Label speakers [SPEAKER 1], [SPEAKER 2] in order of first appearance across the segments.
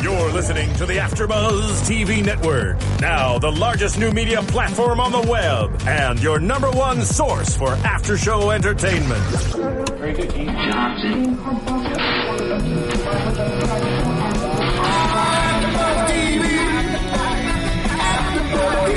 [SPEAKER 1] You're listening to the AfterBuzz TV Network, now the largest new media platform on the web, and your number one source for after-show entertainment.
[SPEAKER 2] Johnson.
[SPEAKER 3] From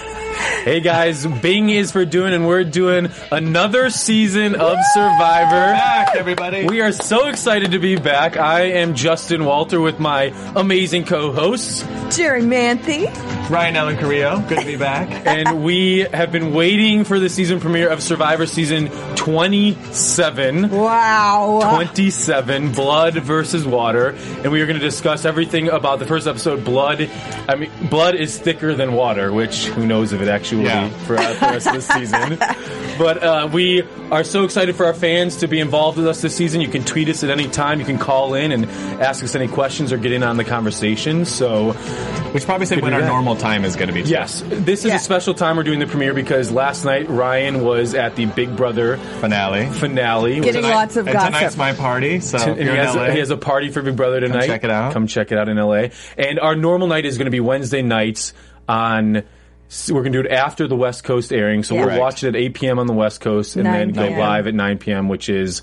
[SPEAKER 4] Hey guys, Bing is for doing, and we're doing another season of Survivor. back, everybody. We are so excited to be back. I am Justin Walter with my amazing co-hosts,
[SPEAKER 5] Jerry Manthe.
[SPEAKER 6] Ryan Allen Carrillo, good to be back.
[SPEAKER 4] and we have been waiting for the season premiere of Survivor season 27.
[SPEAKER 5] Wow.
[SPEAKER 4] 27 blood versus water and we are going to discuss everything about the first episode blood i mean blood is thicker than water which who knows if it actually
[SPEAKER 6] Yeah.
[SPEAKER 4] will be for uh, the rest of the season but uh, we are so excited for our fans to be involved with us this season you can tweet us at any time you can call in and ask us any questions or get in on the conversation so
[SPEAKER 6] We should probably say
[SPEAKER 4] Good
[SPEAKER 6] when
[SPEAKER 4] to
[SPEAKER 6] our
[SPEAKER 4] be back.
[SPEAKER 6] normal time is going to be. too.
[SPEAKER 4] yes this is
[SPEAKER 5] Yeah.
[SPEAKER 4] a special time we're doing the premiere because last night ryan was at the big brother
[SPEAKER 6] Finale.
[SPEAKER 4] finale
[SPEAKER 5] Getting
[SPEAKER 6] Tonight-
[SPEAKER 5] lots of
[SPEAKER 6] and
[SPEAKER 5] gossip.
[SPEAKER 6] Tonight's my party, so
[SPEAKER 4] To-
[SPEAKER 6] Oh, if
[SPEAKER 4] and
[SPEAKER 6] you're
[SPEAKER 4] he,
[SPEAKER 6] in
[SPEAKER 4] has,
[SPEAKER 6] LA,
[SPEAKER 4] he has a party for Big Brother tonight.
[SPEAKER 6] check it out.
[SPEAKER 4] Come check it out in LA. And our normal night is going to be Wednesday nights on. s- We're going to do it after the West Coast airing, so
[SPEAKER 5] Yeah.
[SPEAKER 4] we'll
[SPEAKER 5] Correct.
[SPEAKER 4] watch it at 8 p.m. on the West Coast and
[SPEAKER 5] 9
[SPEAKER 4] then go
[SPEAKER 5] p.m.
[SPEAKER 4] live at 9 p.m., which is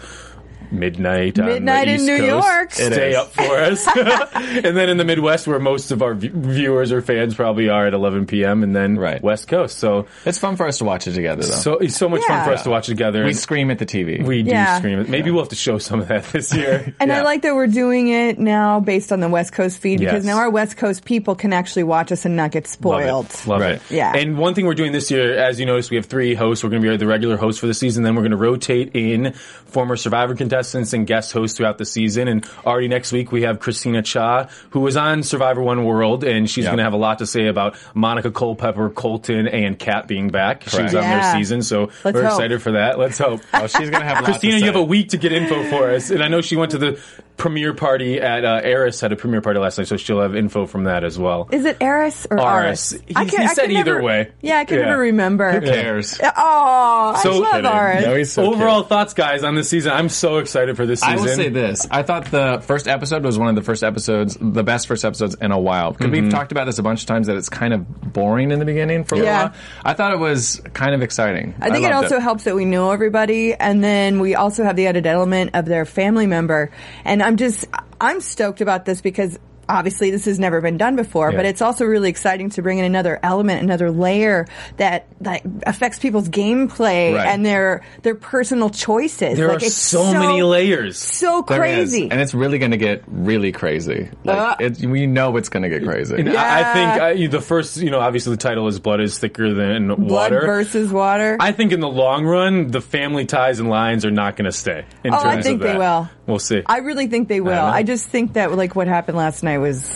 [SPEAKER 4] midnight. on the
[SPEAKER 5] Midnight in
[SPEAKER 4] East
[SPEAKER 5] New
[SPEAKER 4] Coast.
[SPEAKER 5] York. It
[SPEAKER 4] Stay
[SPEAKER 6] is.
[SPEAKER 4] up for us. and then in the Midwest, where most of our v- viewers or fans probably are at 11 p.m., and then
[SPEAKER 6] Right.
[SPEAKER 4] West Coast. So,
[SPEAKER 6] it's fun for us to watch it together, though.
[SPEAKER 4] so it's so much fun
[SPEAKER 5] Yeah.
[SPEAKER 4] for us to watch together.
[SPEAKER 6] we
[SPEAKER 4] and
[SPEAKER 6] scream at the TV.
[SPEAKER 4] we do
[SPEAKER 5] Yeah.
[SPEAKER 4] scream it. Maybe we'll have to show some of that this year.
[SPEAKER 5] And I
[SPEAKER 6] Yeah.
[SPEAKER 5] like that we're doing it now based on the West Coast feed
[SPEAKER 4] Yes.
[SPEAKER 5] because now our West Coast people can actually watch us and not get spoiled.
[SPEAKER 4] Love it. Love
[SPEAKER 6] Right.
[SPEAKER 4] it.
[SPEAKER 5] Yeah.
[SPEAKER 4] And one thing we're doing this year, as you noticed, we have three hosts. We're going to be the regular hosts for the season. Then we're going to rotate in former Survivor contestants and guest hosts throughout the season. And already next week, we have Christina Cha, who was on Survivor One World, and she's
[SPEAKER 6] Yeah.
[SPEAKER 4] going to have a lot to say about Monica Culpepper, Colton, and Kat being back. She was on
[SPEAKER 5] Yeah.
[SPEAKER 4] their season, so
[SPEAKER 5] Let's
[SPEAKER 4] we're
[SPEAKER 5] hope.
[SPEAKER 4] excited for that. Let's hope.
[SPEAKER 6] Oh, she's going to have. a lot to
[SPEAKER 4] Christina, you
[SPEAKER 6] say.
[SPEAKER 4] have a week to get info for us. And I know she went to the premiere party at uh, Eris, had a premiere party last night, so she'll have info from that as well.
[SPEAKER 5] Is it Eris or
[SPEAKER 4] Aris.
[SPEAKER 5] Aris?
[SPEAKER 4] He- he said either
[SPEAKER 5] never-
[SPEAKER 4] way.
[SPEAKER 5] Yeah, I can
[SPEAKER 4] Yeah.
[SPEAKER 5] never remember.
[SPEAKER 6] Who cares?
[SPEAKER 5] Oh,
[SPEAKER 4] So-
[SPEAKER 5] I love
[SPEAKER 4] Kidding.
[SPEAKER 5] Aris.
[SPEAKER 6] No, he's so
[SPEAKER 4] Overall
[SPEAKER 6] cute.
[SPEAKER 4] thoughts, guys, on this season. I'm so excited for this
[SPEAKER 6] I
[SPEAKER 4] season.
[SPEAKER 6] will say this. I thought the first episode was one of the first episodes, the best first episodes in a while. Because
[SPEAKER 4] Mm-hmm.
[SPEAKER 6] we've talked about this a bunch of times that it's kind of boring in the beginning for a
[SPEAKER 5] Yeah.
[SPEAKER 6] little while. I thought it was kind of exciting.
[SPEAKER 5] I think it
[SPEAKER 6] loved
[SPEAKER 5] also helps that we know everybody, and then we also have the added element of their family member. And I'm just, I'm stoked about this because obviously this has never been done before,
[SPEAKER 6] Yeah.
[SPEAKER 5] but it's also really exciting to bring in another element, another layer that that affects people's gameplay
[SPEAKER 6] Right.
[SPEAKER 5] and their their personal choices.
[SPEAKER 4] There
[SPEAKER 5] like
[SPEAKER 4] are
[SPEAKER 5] it's
[SPEAKER 4] so, many layers.
[SPEAKER 5] So
[SPEAKER 6] There is,
[SPEAKER 5] crazy. Uh.
[SPEAKER 6] and it's really going to get really crazy. Like it's, we know it's going to get crazy.
[SPEAKER 4] And I, I think I, the first, you know, obviously the title is "Blood is Thicker Than
[SPEAKER 5] Blood
[SPEAKER 4] Water."
[SPEAKER 5] versus water.
[SPEAKER 4] I think in the long run, the family ties and lines are not going to stay. In
[SPEAKER 5] Oh, I
[SPEAKER 4] terms
[SPEAKER 5] think
[SPEAKER 4] of
[SPEAKER 5] they
[SPEAKER 4] that.
[SPEAKER 5] will.
[SPEAKER 4] We'll see.
[SPEAKER 5] I really think they will.
[SPEAKER 4] know.
[SPEAKER 5] I just think that like what happened last night was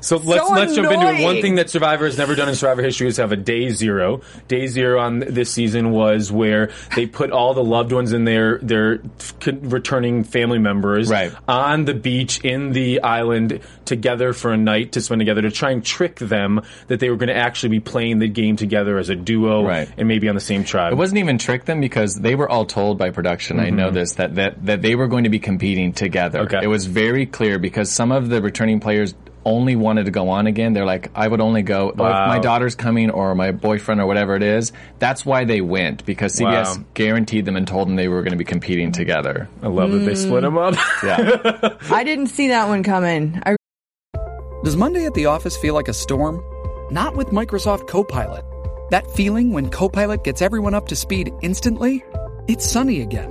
[SPEAKER 4] So let's
[SPEAKER 5] so
[SPEAKER 4] let's jump into it. One
[SPEAKER 5] annoying.
[SPEAKER 4] thing that Survivor has never done in Survivor history is have a day zero. Day zero on this season was where they put all the loved ones and their their c- returning family members
[SPEAKER 6] Right.
[SPEAKER 4] on the beach in the island together for a night to spend together to try and trick them that they were going to actually be playing the game together as a duo
[SPEAKER 6] Right.
[SPEAKER 4] and maybe on the same tribe.
[SPEAKER 6] It wasn't even trick them because they were all told by production. I know this that, that that they were going to be competing together.
[SPEAKER 4] Mm-hmm. Okay.
[SPEAKER 6] It was very clear because some of the returning players only wanted to go on again. They're like, I would only go oh, if my daughter's coming or my boyfriend or whatever it is. That's why they went because CBS
[SPEAKER 4] Wow.
[SPEAKER 6] guaranteed them and told them they were going to be competing together.
[SPEAKER 4] I love that they
[SPEAKER 5] Mm.
[SPEAKER 4] split them up.
[SPEAKER 6] Yeah.
[SPEAKER 5] I didn't see that one coming. I
[SPEAKER 2] Does Monday at the office feel like a storm? Not with Microsoft Copilot. That feeling when Copilot gets everyone up to speed instantly? It's sunny again.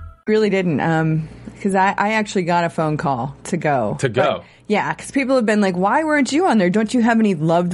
[SPEAKER 5] really didn't. Um, because I, I actually got a phone call to go.
[SPEAKER 4] To go.
[SPEAKER 5] But- yeah, because people have been like, "Why weren't you on there? Don't you have any loved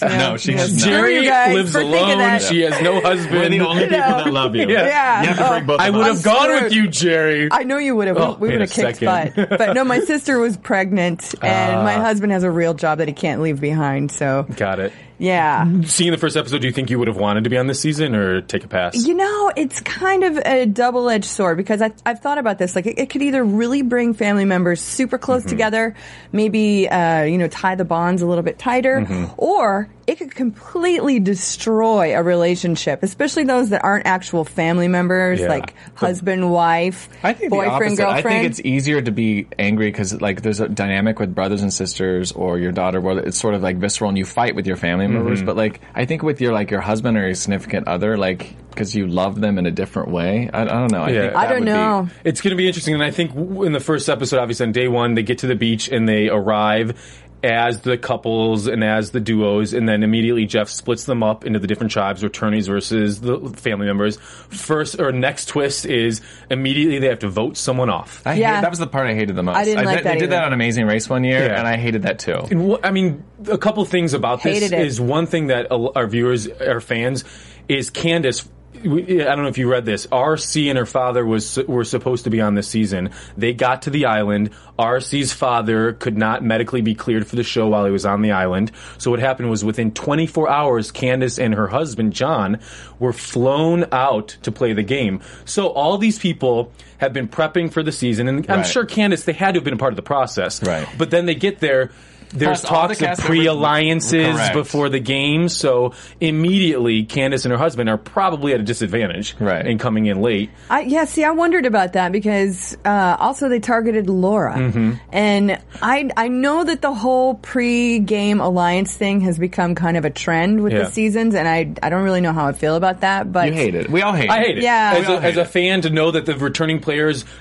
[SPEAKER 5] You know,
[SPEAKER 6] No, she's
[SPEAKER 5] you know,
[SPEAKER 6] not.
[SPEAKER 5] screw
[SPEAKER 6] Jerry
[SPEAKER 5] you guys
[SPEAKER 4] lives
[SPEAKER 5] for thinking
[SPEAKER 4] alone.
[SPEAKER 5] that.
[SPEAKER 4] She has no husband.
[SPEAKER 6] We're the only people
[SPEAKER 5] No.
[SPEAKER 6] that love you.
[SPEAKER 4] Yeah.
[SPEAKER 5] Yeah.
[SPEAKER 6] You have to bring both
[SPEAKER 4] I
[SPEAKER 6] of
[SPEAKER 4] would
[SPEAKER 6] us.
[SPEAKER 4] have gone
[SPEAKER 5] scared.
[SPEAKER 4] with you, Jerry.
[SPEAKER 5] I know you would have.
[SPEAKER 4] Oh,
[SPEAKER 5] we
[SPEAKER 4] in a
[SPEAKER 5] would have kicked
[SPEAKER 4] second. Ah.
[SPEAKER 5] butt. But no, my sister was pregnant, and my husband has a real job that he can't leave behind. So
[SPEAKER 4] Got it.
[SPEAKER 5] yeah,
[SPEAKER 4] Seeing the first episode, do you think you would have wanted to be on this season or take a pass?
[SPEAKER 5] You know, it's kind of a double edged sword because I, I've thought about this. Like, it, it could either really bring family members super close
[SPEAKER 6] Mm-hmm.
[SPEAKER 5] together, maybe, uh, you know, tie the bonds a little bit tighter,
[SPEAKER 6] Mm-hmm.
[SPEAKER 5] or it could completely destroy a relationship, especially those that aren't actual family members,
[SPEAKER 4] Yeah.
[SPEAKER 5] like husband, wife,
[SPEAKER 6] I think
[SPEAKER 5] boyfriend,
[SPEAKER 6] the opposite.
[SPEAKER 5] girlfriend.
[SPEAKER 6] I think it's easier to be angry because like there's a dynamic with brothers and sisters or your daughter where it's sort of like visceral and you fight with your family
[SPEAKER 4] Mm-hmm.
[SPEAKER 6] members. But like I think with your like your husband or your significant other, like because you love them in a different way. I, I don't know. I
[SPEAKER 4] Yeah.
[SPEAKER 6] think
[SPEAKER 5] I
[SPEAKER 6] that
[SPEAKER 5] don't
[SPEAKER 6] would be-
[SPEAKER 5] know.
[SPEAKER 4] It's going to be interesting, and I think w- in the first episode, obviously on day one, they get to the beach and they arrive as the couples and as the duos, and then immediately Jeff splits them up into the different tribes, returnees versus the family members. First or next twist is immediately they have to vote someone off.
[SPEAKER 6] I
[SPEAKER 5] Yeah.
[SPEAKER 6] hated, that was the part I hated the most.
[SPEAKER 5] I didn't like
[SPEAKER 6] did-
[SPEAKER 5] that
[SPEAKER 6] They did that
[SPEAKER 5] either.
[SPEAKER 6] on Amazing Race one year,
[SPEAKER 4] Yeah.
[SPEAKER 6] and I hated that too.
[SPEAKER 4] And wh- I mean, a couple things about this
[SPEAKER 5] Hated it.
[SPEAKER 4] is one thing that a- our viewers, our fans, is Candace. we- I don't know if you read this. RC and her father was were supposed to be on this season. They got to the island. RC's father could not medically be cleared for the show while he was on the island. So what happened was within 24 hours, Candace and her husband John were flown out to play the game. So all these people have been prepping for the season, and I'm
[SPEAKER 6] Right.
[SPEAKER 4] sure Candace they had to have been a part of the process.
[SPEAKER 6] Right.
[SPEAKER 4] But then they get there. There's
[SPEAKER 6] Plus, all the
[SPEAKER 4] talks of
[SPEAKER 6] cast members-
[SPEAKER 4] pre-alliances
[SPEAKER 6] Correct.
[SPEAKER 4] before the game, so immediately Candace and her husband are probably at a disadvantage
[SPEAKER 6] Right.
[SPEAKER 4] in coming in late.
[SPEAKER 5] I, yeah, see, I wondered about that because uh, also they targeted Laura, and I I know that the whole pre-game alliance thing has become kind of a trend with
[SPEAKER 4] Yeah.
[SPEAKER 5] the seasons, and I I don't really know how I feel about that. But
[SPEAKER 6] You hate it. We all hate
[SPEAKER 4] I
[SPEAKER 6] it.
[SPEAKER 4] hate it.
[SPEAKER 5] Yeah.
[SPEAKER 4] As,
[SPEAKER 5] We
[SPEAKER 4] a,
[SPEAKER 5] all
[SPEAKER 4] as a fan, to know that the returning players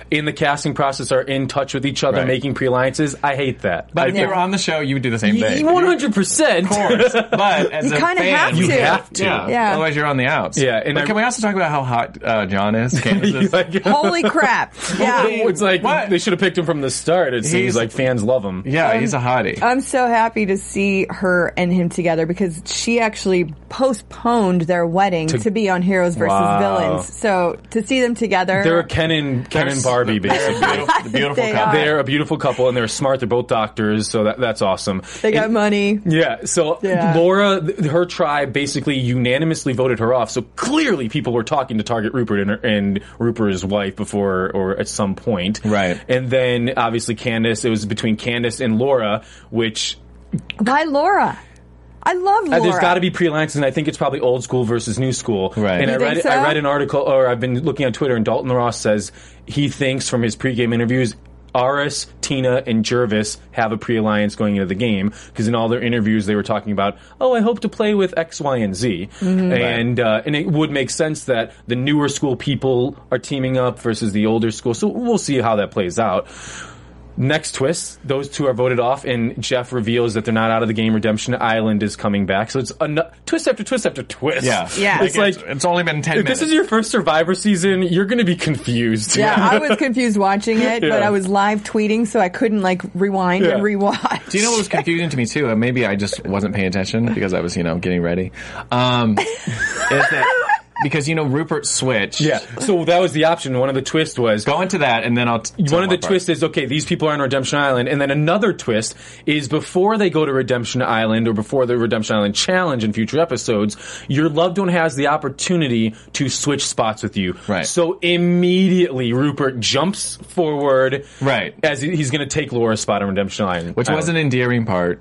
[SPEAKER 4] in the casting process are in touch with each other,
[SPEAKER 6] Right.
[SPEAKER 4] making pre-alliances, I hate that.
[SPEAKER 6] But
[SPEAKER 4] I
[SPEAKER 6] if you're on the show, you would do the same thing.
[SPEAKER 7] One hundred percent.
[SPEAKER 6] course, but as
[SPEAKER 5] You
[SPEAKER 6] a
[SPEAKER 5] kinda
[SPEAKER 6] fan,
[SPEAKER 5] have You to.
[SPEAKER 4] have to.
[SPEAKER 6] Yeah.
[SPEAKER 5] Yeah.
[SPEAKER 6] Otherwise, you're on the outs.
[SPEAKER 4] Yeah, and
[SPEAKER 6] but
[SPEAKER 4] I-
[SPEAKER 6] can we also talk about how hot uh, John is? Kansas?
[SPEAKER 4] Like-
[SPEAKER 5] Holy crap! Yeah,
[SPEAKER 4] it's like
[SPEAKER 6] What?
[SPEAKER 4] they should have picked him from the start. It seems
[SPEAKER 6] He's-
[SPEAKER 4] like fans love him.
[SPEAKER 6] yeah, he's a
[SPEAKER 4] uh,
[SPEAKER 6] hottie.
[SPEAKER 5] I'm so happy to see her and him together because she actually postponed their wedding to, be on Heroes versus
[SPEAKER 4] Wow.
[SPEAKER 5] Villains. So to see them together,
[SPEAKER 4] They're a Ken and Ken and Barbie,
[SPEAKER 6] The
[SPEAKER 4] basically.
[SPEAKER 6] beautiful, the beautiful
[SPEAKER 5] They
[SPEAKER 6] couple.
[SPEAKER 5] are.
[SPEAKER 4] They're a beautiful couple and they're smart. They're both doctors, so that, that's awesome.
[SPEAKER 5] they got
[SPEAKER 4] And-
[SPEAKER 5] money.
[SPEAKER 4] Yeah, so
[SPEAKER 5] Yeah.
[SPEAKER 4] Laura, th- her tribe basically unanimously voted her off. So clearly, people were talking to Target Rupert and, her, and Rupert's wife before or at some point.
[SPEAKER 6] Right.
[SPEAKER 4] And then obviously Candace, it was between Candace and Laura, which
[SPEAKER 5] Why Laura? I love Laura.
[SPEAKER 4] Uh, There's got to be pre-alliances, and I think it's probably old school versus new school.
[SPEAKER 6] Right.
[SPEAKER 4] And
[SPEAKER 6] You
[SPEAKER 4] I
[SPEAKER 5] think
[SPEAKER 4] read
[SPEAKER 5] so?
[SPEAKER 4] I read an article, or I've been looking on Twitter, and Dalton Ross says he thinks from his pregame interviews. Aris, Tina, and Jervis have a pre-alliance going into the game because in all their interviews they were talking about, oh, I hope to play with X, Y, and Z,
[SPEAKER 5] Mm-hmm.
[SPEAKER 4] and uh, and it would make sense that the newer school people are teaming up versus the older school. So we'll see how that plays out. Next twist, those two are voted off, and Jeff reveals that they're not out of the game. Redemption Island is coming back, so it's an- twist after twist after twist.
[SPEAKER 6] Yeah.
[SPEAKER 5] Yeah.
[SPEAKER 4] It's like
[SPEAKER 6] it's, it's only been ten
[SPEAKER 4] if
[SPEAKER 6] minutes.
[SPEAKER 4] this is your first Survivor season, you're going to be confused.
[SPEAKER 5] Yeah, I was confused watching it, but
[SPEAKER 4] Yeah.
[SPEAKER 5] I was live tweeting, so I couldn't like rewind and
[SPEAKER 4] Yeah.
[SPEAKER 5] rewatch.
[SPEAKER 6] Do you know what was confusing to me too? And maybe I just wasn't paying attention because I was, you know, getting ready. Um, is that because you know Rupert switched?
[SPEAKER 4] yeah. So that was the option. One of the twists was
[SPEAKER 6] Go into that, and then I'll. T- tell
[SPEAKER 4] one of the
[SPEAKER 6] part.
[SPEAKER 4] twists is okay these people are on redemption island and then another twist is before they go to redemption island or before the redemption island challenge in future episodes your loved one has the opportunity to switch spots with you
[SPEAKER 6] Right.
[SPEAKER 4] so immediately rupert jumps forward
[SPEAKER 6] Right.
[SPEAKER 4] as he- he's going to take laura's spot on redemption island
[SPEAKER 6] which was an endearing part.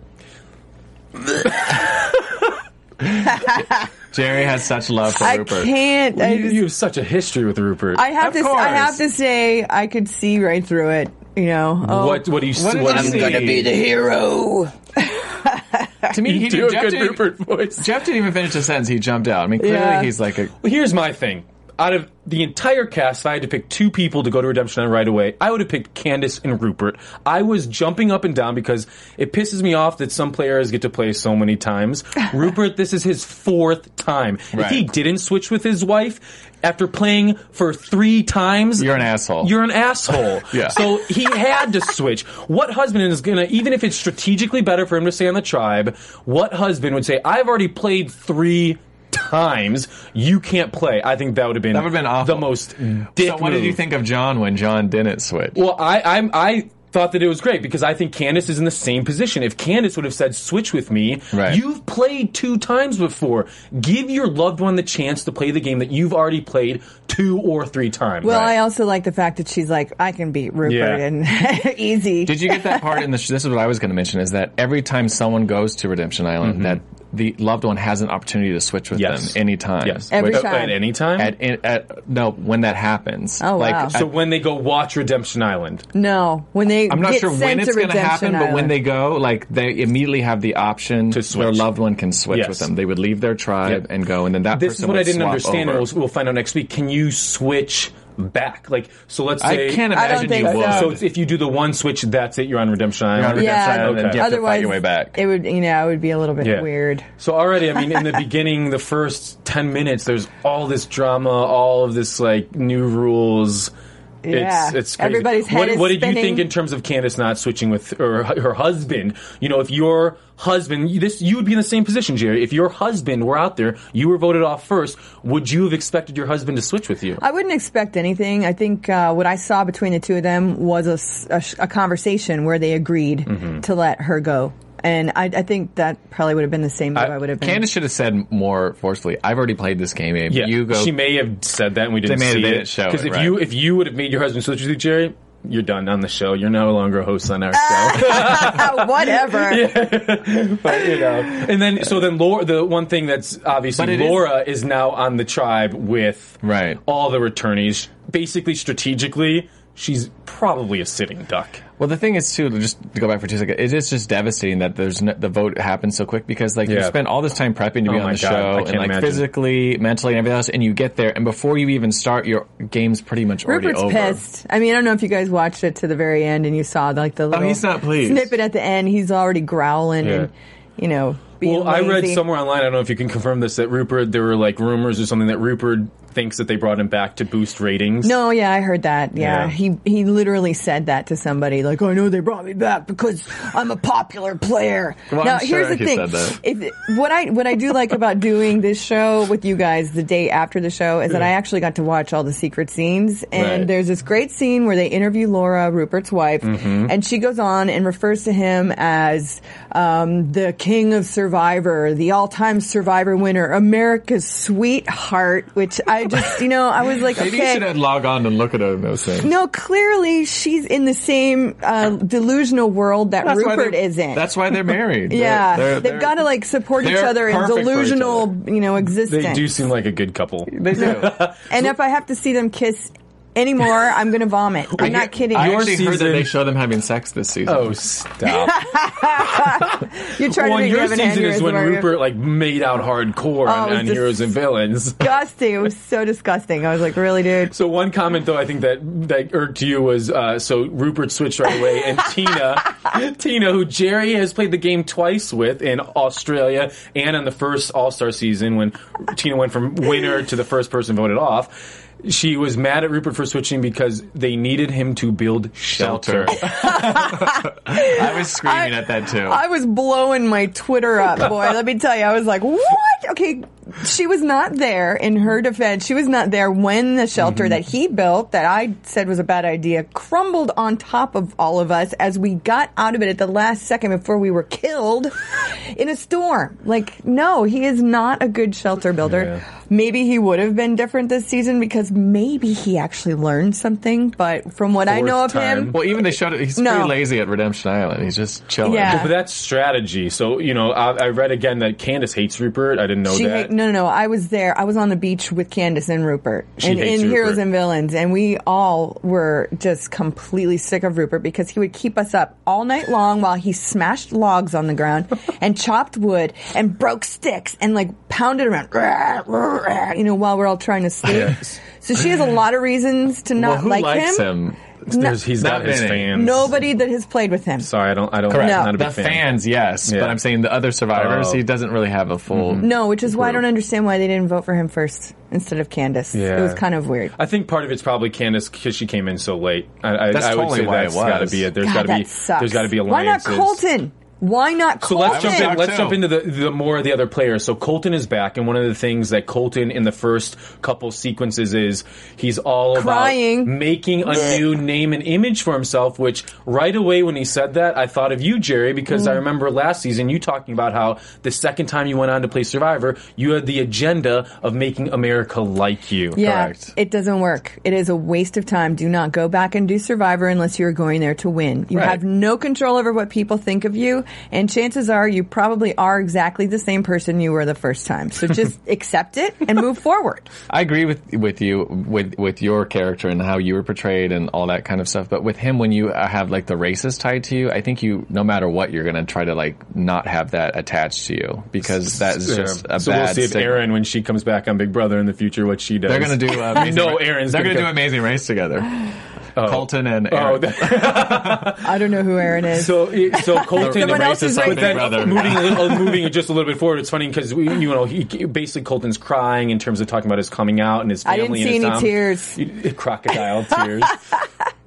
[SPEAKER 6] Jerry has such love for
[SPEAKER 5] I
[SPEAKER 6] Rupert.
[SPEAKER 5] can't. I,
[SPEAKER 4] you,
[SPEAKER 5] just-
[SPEAKER 4] you have such a history with rupert
[SPEAKER 5] I have
[SPEAKER 6] Of
[SPEAKER 5] to.
[SPEAKER 6] course.
[SPEAKER 5] I have to say, I could see right through it. You know. Oh,
[SPEAKER 4] what what do you
[SPEAKER 6] What
[SPEAKER 4] what,
[SPEAKER 6] did
[SPEAKER 4] what
[SPEAKER 6] you
[SPEAKER 4] do
[SPEAKER 6] see?
[SPEAKER 4] you
[SPEAKER 6] gonna be the
[SPEAKER 7] hero.
[SPEAKER 6] to me, he
[SPEAKER 4] do a
[SPEAKER 6] Jeff
[SPEAKER 4] good
[SPEAKER 6] didn't-
[SPEAKER 4] Rupert voice.
[SPEAKER 6] Jeff didn't even finish the sentence. He jumped out. I mean, clearly
[SPEAKER 5] Yeah.
[SPEAKER 6] he's like a.
[SPEAKER 4] Well, here's my thing. Out of the entire cast, if I had to pick two people to go to Redemption Island right away, I would have picked Candace and Rupert. I was jumping up and down because it pisses me off that some players get to play so many times. Rupert, this is his fourth time. If he
[SPEAKER 6] Right.
[SPEAKER 4] didn't switch with his wife after playing for three times,
[SPEAKER 6] You're an asshole.
[SPEAKER 4] You're an asshole.
[SPEAKER 6] Yeah.
[SPEAKER 4] So he had to switch. What husband is gonna, even if it's strategically better for him to stay on the tribe, what husband would say, I've already played three times, you can't play? I think that would have been,
[SPEAKER 6] That would've been awful.
[SPEAKER 4] the most dick
[SPEAKER 6] So, what did you
[SPEAKER 4] move.
[SPEAKER 6] think of John when John didn't switch?
[SPEAKER 4] Well, I, I'm, I thought that it was great because I think Candace is in the same position. If Candace would have said, switch with me,
[SPEAKER 6] Right.
[SPEAKER 4] you've played two times before. Give your loved one the chance to play the game that you've already played two or three times.
[SPEAKER 5] Well, I also like the fact that she's like, I can beat Rupert
[SPEAKER 4] Yeah.
[SPEAKER 5] and easy.
[SPEAKER 6] Did you get that part in the? This is what I was going to mention: is that every time someone goes to Redemption Island, that the loved one has an opportunity to switch with
[SPEAKER 4] Yes.
[SPEAKER 6] them anytime.
[SPEAKER 4] Yes.
[SPEAKER 5] Every
[SPEAKER 6] Which-
[SPEAKER 5] time.
[SPEAKER 4] At any time?
[SPEAKER 6] At, in- at no, when that happens.
[SPEAKER 5] Oh, wow.
[SPEAKER 6] Like,
[SPEAKER 4] so
[SPEAKER 6] I,
[SPEAKER 4] when they go watch Redemption Island,
[SPEAKER 5] no, when they
[SPEAKER 6] I'm not
[SPEAKER 5] get
[SPEAKER 6] sure when
[SPEAKER 5] sent
[SPEAKER 6] it's
[SPEAKER 5] to
[SPEAKER 6] going to happen,
[SPEAKER 5] Redemption
[SPEAKER 6] but when
[SPEAKER 5] Island.
[SPEAKER 6] they go, like they immediately have the option
[SPEAKER 4] To
[SPEAKER 6] Their
[SPEAKER 4] switch.
[SPEAKER 6] loved one can switch
[SPEAKER 4] Yes.
[SPEAKER 6] with them. They would leave their tribe
[SPEAKER 4] Yep.
[SPEAKER 6] and go, and then that.
[SPEAKER 4] this
[SPEAKER 6] person
[SPEAKER 4] is what
[SPEAKER 6] would
[SPEAKER 4] I didn't
[SPEAKER 6] swap
[SPEAKER 4] understand,
[SPEAKER 6] over.
[SPEAKER 4] and we'll, we'll find out next week. Can you switch back? Like, so let's
[SPEAKER 6] I
[SPEAKER 4] say
[SPEAKER 6] can't
[SPEAKER 5] I don't
[SPEAKER 6] imagine you
[SPEAKER 5] think
[SPEAKER 6] would.
[SPEAKER 5] so.
[SPEAKER 4] So it's- if you do the one switch, that's it. You're on Redemption Island.
[SPEAKER 6] You're on Redemption
[SPEAKER 5] Yeah.
[SPEAKER 6] Island, and
[SPEAKER 4] Okay.
[SPEAKER 6] you have to
[SPEAKER 5] Otherwise,
[SPEAKER 6] fight your way back.
[SPEAKER 5] it would you know it would be a little bit
[SPEAKER 4] Yeah.
[SPEAKER 5] weird.
[SPEAKER 4] So already, I mean, in the beginning, the first ten minutes, there's all this drama, all of this like new rules. It's
[SPEAKER 5] Yeah.
[SPEAKER 4] it's crazy.
[SPEAKER 5] Everybody's head
[SPEAKER 4] what,
[SPEAKER 5] is
[SPEAKER 4] what did you
[SPEAKER 5] spinning.
[SPEAKER 4] think in terms of Candace not switching with her, her husband? You know, if your husband, you- this you would be in the same position, Jerry. If your husband were out there, you were voted off first. Would you have expected your husband to switch with you?
[SPEAKER 5] I wouldn't expect anything. I think uh, what I saw between the two of them was a s- a, sh- a conversation where they agreed
[SPEAKER 6] Mm-hmm.
[SPEAKER 5] to let her go, and I, I think that probably would have been the same move I, would have been.
[SPEAKER 6] Candace should have said more forcefully. I've already played this game, Abe. You go.
[SPEAKER 4] She may have said that, and we didn't
[SPEAKER 6] may have-
[SPEAKER 4] see
[SPEAKER 6] they
[SPEAKER 4] it.
[SPEAKER 6] didn't show it,
[SPEAKER 4] if
[SPEAKER 6] right.
[SPEAKER 4] you if you would have made your husband switch with you, Jerry, you're done on the show. You're no longer a host on our show.
[SPEAKER 5] Oh, Whatever.
[SPEAKER 4] But, you know. And then so then Laura, the one thing that's
[SPEAKER 6] But
[SPEAKER 4] obviously
[SPEAKER 6] it is-
[SPEAKER 4] Laura is, now on the tribe with
[SPEAKER 6] Right.
[SPEAKER 4] all the returnees. Basically, strategically, she's probably a sitting duck.
[SPEAKER 6] Well, the thing is too, just to go back for two seconds, it is just devastating that there's no, the vote happened so quick because like you
[SPEAKER 4] Yeah.
[SPEAKER 6] spent all this time prepping to be
[SPEAKER 4] Oh
[SPEAKER 6] on
[SPEAKER 4] my
[SPEAKER 6] the
[SPEAKER 4] God, I
[SPEAKER 6] show and
[SPEAKER 4] can't
[SPEAKER 6] like
[SPEAKER 4] imagine.
[SPEAKER 6] physically, mentally, and everything else, and you get there, and before you even start, your game's pretty much
[SPEAKER 5] Rupert's
[SPEAKER 6] already over.
[SPEAKER 5] pissed. I mean, I don't know if you guys watched it to the very end and you saw like the little
[SPEAKER 6] Oh, he's not pleased.
[SPEAKER 5] snippet at the end. He's already growling
[SPEAKER 4] Yeah.
[SPEAKER 5] and you know. Being
[SPEAKER 4] Well, I read
[SPEAKER 5] lazy.
[SPEAKER 4] somewhere online. I don't know if you can confirm this that Rupert. There were like rumors or something that Rupert thinks that they brought him back to boost ratings.
[SPEAKER 5] No, yeah, I heard that. Yeah.
[SPEAKER 4] Yeah.
[SPEAKER 5] he he literally said that to somebody. Like, I know they brought me back because I'm a popular player.
[SPEAKER 6] Well,
[SPEAKER 5] now,
[SPEAKER 6] I'm
[SPEAKER 5] here's the
[SPEAKER 6] sure he
[SPEAKER 5] thing:
[SPEAKER 6] said that.
[SPEAKER 5] If, what I what I do like about doing this show with you guys the day after the show is that I actually got to watch all the secret scenes. And
[SPEAKER 6] Right.
[SPEAKER 5] there's this great scene where they interview Laura Rupert's wife,
[SPEAKER 6] Mm-hmm.
[SPEAKER 5] and she goes on and refers to him as um, the king of Survivor, the all-time Survivor winner, America's sweetheart. Which I just, you know, I was like,
[SPEAKER 6] Maybe
[SPEAKER 5] okay.
[SPEAKER 6] you should have log on and look at him. Those things.
[SPEAKER 5] No, clearly she's in the same uh, delusional world that
[SPEAKER 6] That's why
[SPEAKER 5] Rupert
[SPEAKER 6] they're-
[SPEAKER 5] is in.
[SPEAKER 6] That's why they're married.
[SPEAKER 5] yeah,
[SPEAKER 6] They're-
[SPEAKER 5] they
[SPEAKER 6] they're-
[SPEAKER 5] have got to like support each
[SPEAKER 6] they're
[SPEAKER 5] other in
[SPEAKER 6] perfect for each
[SPEAKER 5] delusional,
[SPEAKER 6] other.
[SPEAKER 5] you know, existence.
[SPEAKER 4] They do seem like a good couple.
[SPEAKER 6] They do.
[SPEAKER 5] and if I have to see them kiss anymore, I'm gonna vomit. I'm not kidding.
[SPEAKER 6] I
[SPEAKER 4] Your
[SPEAKER 6] actually heard that
[SPEAKER 4] season-
[SPEAKER 6] they show them having sex this season.
[SPEAKER 4] Oh, stop.
[SPEAKER 5] You're trying
[SPEAKER 4] well,
[SPEAKER 5] to make
[SPEAKER 4] your
[SPEAKER 5] me have an
[SPEAKER 4] season is
[SPEAKER 5] aneurysm,
[SPEAKER 4] when
[SPEAKER 5] aren't you?
[SPEAKER 4] Rupert like made out hardcore
[SPEAKER 5] Oh,
[SPEAKER 4] on,
[SPEAKER 5] it was
[SPEAKER 4] on
[SPEAKER 5] just-
[SPEAKER 4] heroes and villains.
[SPEAKER 5] Disgusting. It was so disgusting. I was like, really, dude.
[SPEAKER 4] So one comment though I think that that irked you was uh, so Rupert switched right away and Tina, Tina who Jerry has played the game twice with in Australia and on the first All Star season when Tina went from winner to the first person voted off. She was mad at Rupert for switching because they needed him to build shelter.
[SPEAKER 6] Shelter. I was screaming at that too.
[SPEAKER 5] I was blowing my Twitter up, boy. Let me tell you, I was like, what? Okay, she was not there in her defense. She was not there when the shelter
[SPEAKER 4] Mm-hmm.
[SPEAKER 5] that he built, that I said was a bad idea, crumbled on top of all of us as we got out of it at the last second before we were killed in a storm. Like, no, he is not a good shelter builder. Maybe he would have been different this season because maybe he actually learned something, but from what I
[SPEAKER 4] Fourth
[SPEAKER 5] know of him,
[SPEAKER 4] time.
[SPEAKER 6] well, even they showed it. He's
[SPEAKER 5] No.
[SPEAKER 6] pretty lazy at Redemption Island. He's just chilling.
[SPEAKER 5] Yeah.
[SPEAKER 4] But that's strategy. So you know, I, I read again that Candace hates Rupert. I didn't know
[SPEAKER 5] She
[SPEAKER 4] Oh, that.
[SPEAKER 5] hate, no, no, no. I was there. I was on the beach with Candace and Rupert,
[SPEAKER 4] She
[SPEAKER 5] and
[SPEAKER 4] hates
[SPEAKER 5] in Heroes
[SPEAKER 4] Rupert.
[SPEAKER 5] and Villains, and we all were just completely sick of Rupert because he would keep us up all night long while he smashed logs on the ground and chopped wood and broke sticks and like pounded around, you know, while we're all trying to sleep. So she has a lot of reasons to
[SPEAKER 6] Well,
[SPEAKER 5] not
[SPEAKER 6] who
[SPEAKER 5] like
[SPEAKER 6] likes him?
[SPEAKER 4] There's, he's
[SPEAKER 6] Not
[SPEAKER 4] got his
[SPEAKER 6] many.
[SPEAKER 4] fans.
[SPEAKER 5] Nobody that has played with him.
[SPEAKER 4] Sorry, I don't. I don't.
[SPEAKER 6] Correct.
[SPEAKER 4] Not a
[SPEAKER 6] the
[SPEAKER 4] big fan.
[SPEAKER 6] fans, yes,
[SPEAKER 4] Yeah.
[SPEAKER 6] but I'm saying the other survivors,
[SPEAKER 4] Oh. Mm-hmm.
[SPEAKER 6] he doesn't really have a full.
[SPEAKER 5] No, which is why I don't understand why they didn't vote for him first instead of Candace. It
[SPEAKER 4] Yeah.
[SPEAKER 5] was kind of weird.
[SPEAKER 4] I think part of it's probably Candace because she came in so late. I, I,
[SPEAKER 6] That's
[SPEAKER 4] I would
[SPEAKER 6] totally
[SPEAKER 4] say
[SPEAKER 6] why it
[SPEAKER 4] that's got to
[SPEAKER 6] was.
[SPEAKER 4] be it. There's
[SPEAKER 5] God,
[SPEAKER 4] got to be
[SPEAKER 5] that sucks.
[SPEAKER 4] there's got to be
[SPEAKER 5] Why not
[SPEAKER 4] alliances.
[SPEAKER 5] Colton? Why not
[SPEAKER 4] So
[SPEAKER 5] Colton?
[SPEAKER 4] let's jump in.
[SPEAKER 6] shocked
[SPEAKER 4] Let's
[SPEAKER 6] too.
[SPEAKER 4] jump into the, the more of the other players. So Colton is back, and one of the things that Colton in the first couple sequences is he's all
[SPEAKER 5] Crying.
[SPEAKER 4] about making a new name and image for himself. Which right away when he said that, I thought of you, Jerry, because
[SPEAKER 5] Mm.
[SPEAKER 4] I remember last season you talking about how the second time you went on to play Survivor, you had the agenda of making America like you.
[SPEAKER 5] yeah,
[SPEAKER 6] Correct.
[SPEAKER 5] it doesn't work. It is a waste of time. Do not go back and do Survivor unless you're going there to win. You
[SPEAKER 6] Right.
[SPEAKER 5] have no control over what people think of you, and chances are you probably are exactly the same person you were the first time. So just accept it and move forward.
[SPEAKER 6] I agree with with you with with your character and how you were portrayed and all that kind of stuff. But with him, when you uh, have like the racist tied to you, I think you, no matter what, you're gonna try to like not have that attached to you because that is just
[SPEAKER 4] Yeah.
[SPEAKER 6] a
[SPEAKER 4] so
[SPEAKER 6] bad.
[SPEAKER 4] we'll see if
[SPEAKER 6] stigma.
[SPEAKER 4] Aaron, when she comes back on Big Brother in the future, what she does.
[SPEAKER 6] They're gonna do. Uh,
[SPEAKER 4] I know
[SPEAKER 6] Amazing-
[SPEAKER 4] Aaron's
[SPEAKER 6] They're
[SPEAKER 4] gonna
[SPEAKER 6] gonna,
[SPEAKER 4] go-
[SPEAKER 6] do Amazing Race together. Colton and Aaron.
[SPEAKER 4] Oh, that,
[SPEAKER 5] I don't know who Aaron is.
[SPEAKER 4] so it- so Colton.
[SPEAKER 5] Someone else is
[SPEAKER 6] racist
[SPEAKER 5] right
[SPEAKER 6] on
[SPEAKER 4] but
[SPEAKER 6] Big
[SPEAKER 4] then
[SPEAKER 6] Brother.
[SPEAKER 4] moving a little, moving just a little bit forward, it's funny because you know he, basically Colton's crying in terms of talking about his coming out and his
[SPEAKER 5] I
[SPEAKER 4] family.
[SPEAKER 5] didn't
[SPEAKER 4] and
[SPEAKER 5] see
[SPEAKER 4] his
[SPEAKER 5] any
[SPEAKER 4] mom.
[SPEAKER 5] tears.
[SPEAKER 4] You- crocodile tears.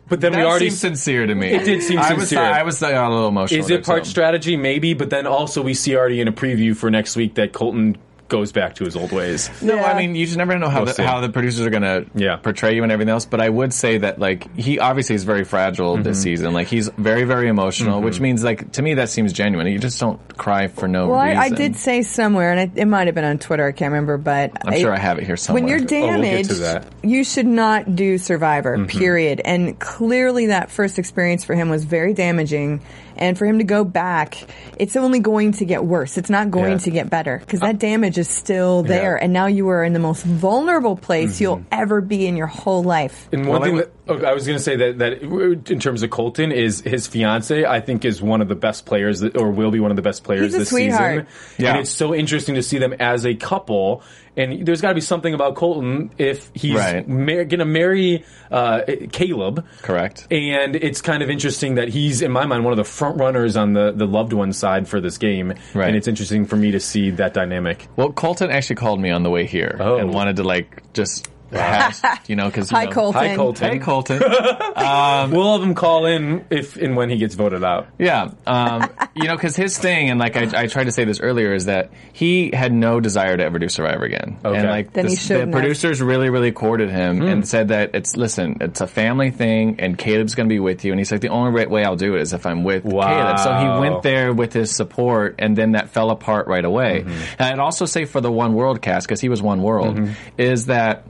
[SPEAKER 4] But then
[SPEAKER 6] that
[SPEAKER 4] we already
[SPEAKER 6] seemed sincere to me.
[SPEAKER 4] It did seem
[SPEAKER 6] I was,
[SPEAKER 4] sincere.
[SPEAKER 6] I was uh, a little emotional.
[SPEAKER 4] Is
[SPEAKER 6] there,
[SPEAKER 4] it part
[SPEAKER 6] so.
[SPEAKER 4] strategy? Maybe, but then also we see already in a preview for next week that Colton goes back to his old ways.
[SPEAKER 6] No,
[SPEAKER 5] Yeah.
[SPEAKER 6] I mean you just never know how
[SPEAKER 4] We'll
[SPEAKER 6] the,
[SPEAKER 4] see.
[SPEAKER 6] how the producers are gonna
[SPEAKER 4] Yeah.
[SPEAKER 6] portray you and everything else. But I would say that like he obviously is very fragile this
[SPEAKER 4] Mm-hmm.
[SPEAKER 6] season. Like he's very very emotional, which means like to me that seems genuine. You just don't cry for no
[SPEAKER 5] Well, I,
[SPEAKER 6] reason.
[SPEAKER 5] I did say somewhere, and it, it might have been on Twitter. I can't remember, but
[SPEAKER 6] I'm sure I have it here somewhere.
[SPEAKER 5] When you're
[SPEAKER 4] Oh, we'll get
[SPEAKER 5] damaged,
[SPEAKER 4] to that. Mm-hmm.
[SPEAKER 5] you should not do Survivor. Period. And clearly, that first experience for him was very damaging, and for him to go back, it's only going to get worse. It's not going
[SPEAKER 4] Yeah. Uh,
[SPEAKER 5] to get better because that damage is still
[SPEAKER 4] Mm-hmm.
[SPEAKER 5] there, and now you are in the most vulnerable place you'll ever be in your whole life.
[SPEAKER 4] And one
[SPEAKER 6] Well,
[SPEAKER 4] thing
[SPEAKER 6] I-
[SPEAKER 4] that Okay, I was going to say that that in terms of Colton is his fiance. I think is one of the best players that, or will be one of the best players
[SPEAKER 5] He's a
[SPEAKER 4] this
[SPEAKER 5] sweetheart.
[SPEAKER 4] season. And it's so interesting to see them as a couple. And there's got to be something about Colton if he's
[SPEAKER 6] Right.
[SPEAKER 4] mar- going to marry uh, Caleb.
[SPEAKER 6] Correct.
[SPEAKER 4] And it's kind of interesting that he's in my mind one of the front runners on the the loved one side for this game.
[SPEAKER 6] Right.
[SPEAKER 4] And it's interesting for me to see that dynamic.
[SPEAKER 6] Well, Colton actually called me on the way here
[SPEAKER 4] Oh.
[SPEAKER 6] and wanted to like just, hash, you know, because
[SPEAKER 5] Hi, Colton.
[SPEAKER 4] Hi, Colton.
[SPEAKER 6] Hey, Colton.
[SPEAKER 4] We'll have him call in if and when he gets voted out.
[SPEAKER 6] Yeah, um, you know, because his thing, and like I, I tried to say this earlier, is that he had no desire to ever do Survivor again.
[SPEAKER 4] Okay. Hmm.
[SPEAKER 6] And like
[SPEAKER 5] Then he
[SPEAKER 6] the- the
[SPEAKER 5] shouldn't have.
[SPEAKER 6] producers really, really courted him and said that it's listen, it's a family thing, and Caleb's going to be with you. And he's like, the only right way I'll do it is if I'm with
[SPEAKER 4] Wow.
[SPEAKER 6] Caleb. So he went there with his support, and then that fell apart right away.
[SPEAKER 4] Mm-hmm.
[SPEAKER 6] And I'd also say for the One World cast, because he was One World, is that.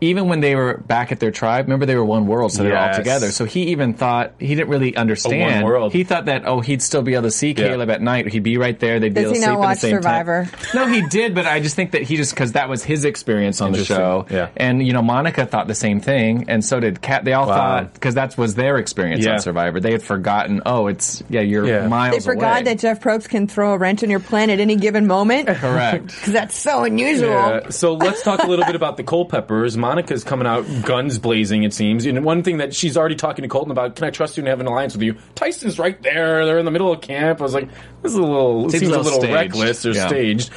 [SPEAKER 6] Even when they were back at their tribe, remember they were one world, so they were all
[SPEAKER 4] Yes.
[SPEAKER 6] together. So he even thought he didn't really understand.
[SPEAKER 4] world.
[SPEAKER 6] He thought that oh he'd still be able to see
[SPEAKER 4] Yeah.
[SPEAKER 6] Caleb at night. He'd be right there. They'd be
[SPEAKER 5] Does
[SPEAKER 6] able to
[SPEAKER 5] he
[SPEAKER 6] sleep
[SPEAKER 5] not
[SPEAKER 6] at the
[SPEAKER 5] watch
[SPEAKER 6] same
[SPEAKER 5] Survivor?
[SPEAKER 6] time. No, he did, but I just think that he just because that was his experience on the
[SPEAKER 4] Interesting.
[SPEAKER 6] show.
[SPEAKER 4] Yeah.
[SPEAKER 6] And you know Monica thought the same thing, and so did Kat. They all
[SPEAKER 4] Wow.
[SPEAKER 6] thought because that was their experience
[SPEAKER 4] Yeah.
[SPEAKER 6] on Survivor. They had forgotten. Oh, it's yeah, you're
[SPEAKER 4] Yeah.
[SPEAKER 6] miles.
[SPEAKER 5] They forgot
[SPEAKER 6] away.
[SPEAKER 5] that Jeff Probst can throw a wrench in your plan at any given moment.
[SPEAKER 6] Correct.
[SPEAKER 5] Because that's so unusual.
[SPEAKER 4] Yeah. So let's talk a little bit about the Culpeppers. Monica's coming out guns blazing, it seems. And one thing that she's already talking to Colton about, can I trust you and have an alliance with you? Tyson's right there. They're in the middle of camp. I was like, this is a little, seems,
[SPEAKER 6] Seems a
[SPEAKER 4] a
[SPEAKER 6] little
[SPEAKER 4] little
[SPEAKER 6] staged.
[SPEAKER 4] reckless or
[SPEAKER 6] Yeah.
[SPEAKER 4] staged.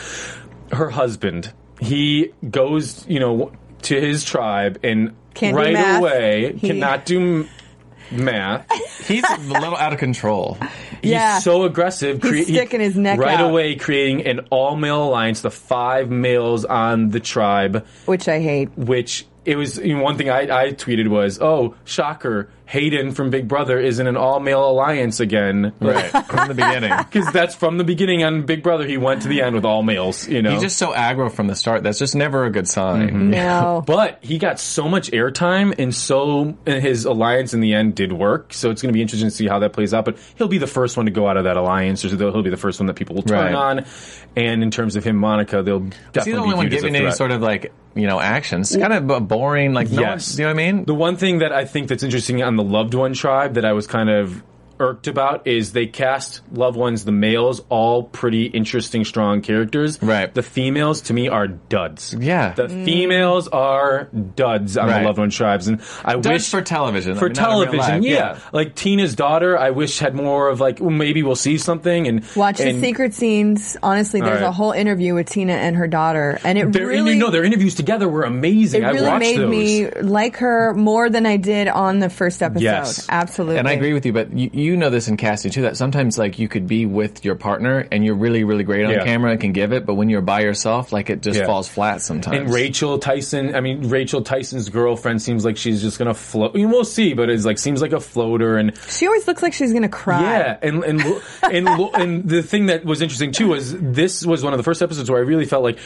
[SPEAKER 4] Her husband, he goes, you know, to his tribe and
[SPEAKER 5] Can't do
[SPEAKER 4] right
[SPEAKER 5] math.
[SPEAKER 4] away
[SPEAKER 5] He-
[SPEAKER 4] cannot do m- math.
[SPEAKER 6] He's a little out of control.
[SPEAKER 5] Yeah.
[SPEAKER 4] He's so aggressive.
[SPEAKER 5] He's
[SPEAKER 4] crea-
[SPEAKER 5] sticking his neck
[SPEAKER 4] right
[SPEAKER 5] out.
[SPEAKER 4] away, creating an all male alliance, the five males on the tribe,
[SPEAKER 5] Which I hate.
[SPEAKER 4] which it was you know, one thing I, I tweeted was, "Oh, shocker! Hayden from Big Brother is in an all male alliance again."
[SPEAKER 6] Right from the beginning.
[SPEAKER 4] Because that's from the beginning on Big Brother. He went to the end with all males, you know.
[SPEAKER 6] He's just so aggro from the start. That's just never a good sign.
[SPEAKER 4] Mm-hmm.
[SPEAKER 5] No.
[SPEAKER 4] But he got so much airtime, and so and his alliance in the end did work. So it's going to be interesting to see how that plays out. But he'll be the first one to go out of that alliance, or he'll be the first one that people will turn
[SPEAKER 6] Right.
[SPEAKER 4] on. And in terms of him, Monica, they'll
[SPEAKER 6] Is he
[SPEAKER 4] definitely
[SPEAKER 6] the
[SPEAKER 4] be
[SPEAKER 6] only one
[SPEAKER 4] viewed as a
[SPEAKER 6] giving any
[SPEAKER 4] threat.
[SPEAKER 6] sort of like you know action? It's kind of a boring. Like no
[SPEAKER 4] Yes.
[SPEAKER 6] one, you know what I mean?
[SPEAKER 4] The one thing that I think that's interesting on the loved one tribe that I was kind of irked about is they cast loved ones, the males, all pretty interesting, strong characters.
[SPEAKER 6] Right.
[SPEAKER 4] The females to me are duds.
[SPEAKER 6] Yeah.
[SPEAKER 4] The
[SPEAKER 5] Mm.
[SPEAKER 4] females are duds on
[SPEAKER 6] Right.
[SPEAKER 4] the loved one tribes, and I
[SPEAKER 6] Duds
[SPEAKER 4] wish
[SPEAKER 6] for television. I
[SPEAKER 4] For
[SPEAKER 6] mean, not in real
[SPEAKER 4] television,
[SPEAKER 6] life,
[SPEAKER 4] yeah.
[SPEAKER 6] yeah.
[SPEAKER 4] Like Tina's daughter, I wish had more of like well, maybe we'll see something and
[SPEAKER 5] Watch
[SPEAKER 4] and
[SPEAKER 5] the secret scenes. Honestly, there's
[SPEAKER 4] All right.
[SPEAKER 5] a whole interview with Tina and her daughter, and it
[SPEAKER 4] Their,
[SPEAKER 5] really
[SPEAKER 4] you know, their interviews together were amazing.
[SPEAKER 5] it
[SPEAKER 4] I
[SPEAKER 5] really
[SPEAKER 4] watched
[SPEAKER 5] made
[SPEAKER 4] those.
[SPEAKER 5] me like her more than I did on the first episode.
[SPEAKER 4] Yes.
[SPEAKER 5] Absolutely.
[SPEAKER 6] And I agree with you, but you, you know this in casting too that sometimes like you could be with your partner and you're really really great on
[SPEAKER 4] Yeah.
[SPEAKER 6] camera and can give it, but when you're by yourself, like it just
[SPEAKER 4] Yeah.
[SPEAKER 6] falls flat sometimes.
[SPEAKER 4] And Rachel Tyson, I mean, Rachel Tyson's girlfriend seems like she's just gonna float. I mean, we'll see, but it's like seems like a floater. And
[SPEAKER 5] She always looks like she's going to cry.
[SPEAKER 4] yeah, and and lo- and lo- and the thing that was interesting too was this was one of the first episodes where I really felt like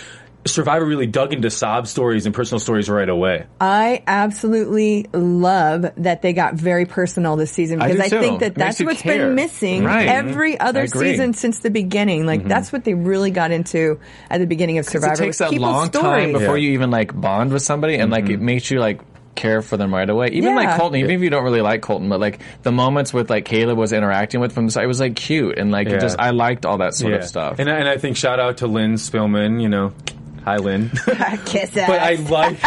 [SPEAKER 4] Survivor really dug into sob stories and personal stories right away.
[SPEAKER 5] I absolutely love that they got very personal this season
[SPEAKER 6] I
[SPEAKER 5] because
[SPEAKER 6] do
[SPEAKER 5] I,
[SPEAKER 6] too.
[SPEAKER 5] think that
[SPEAKER 6] It
[SPEAKER 5] that's
[SPEAKER 6] makes you
[SPEAKER 5] what's
[SPEAKER 6] care.
[SPEAKER 5] been missing
[SPEAKER 6] Right. Mm-hmm.
[SPEAKER 5] every
[SPEAKER 6] I
[SPEAKER 5] other
[SPEAKER 6] agree.
[SPEAKER 5] season since the beginning. Like that's what they really got into at the beginning of
[SPEAKER 6] 'Cause
[SPEAKER 5] Survivor.
[SPEAKER 6] it takes
[SPEAKER 5] was
[SPEAKER 6] a
[SPEAKER 5] people's
[SPEAKER 6] long
[SPEAKER 5] stories.
[SPEAKER 6] time before you even like bond with somebody, and like it
[SPEAKER 4] Mm-hmm.
[SPEAKER 6] makes you like care for them right away. Even
[SPEAKER 5] Yeah.
[SPEAKER 6] like Colton, even if you don't really like Colton, but like the moments with like Caleb was interacting with from the side was like cute, and like
[SPEAKER 4] Yeah.
[SPEAKER 6] it just I liked all that sort of stuff.
[SPEAKER 4] And I, and I think shout out to Lynn Spillman. You know, hi Lynn.
[SPEAKER 5] Kiss ass.
[SPEAKER 4] But I like.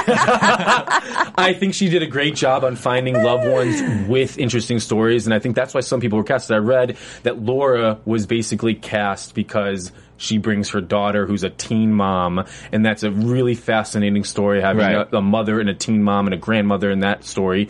[SPEAKER 4] I think she did a great job on finding loved ones with interesting stories, and I think that's why some people were casted. I read that Laura was basically cast because she brings her daughter, who's a teen mom, and that's a really fascinating story having
[SPEAKER 6] Right.
[SPEAKER 4] a, a mother and a teen mom and a grandmother in that story.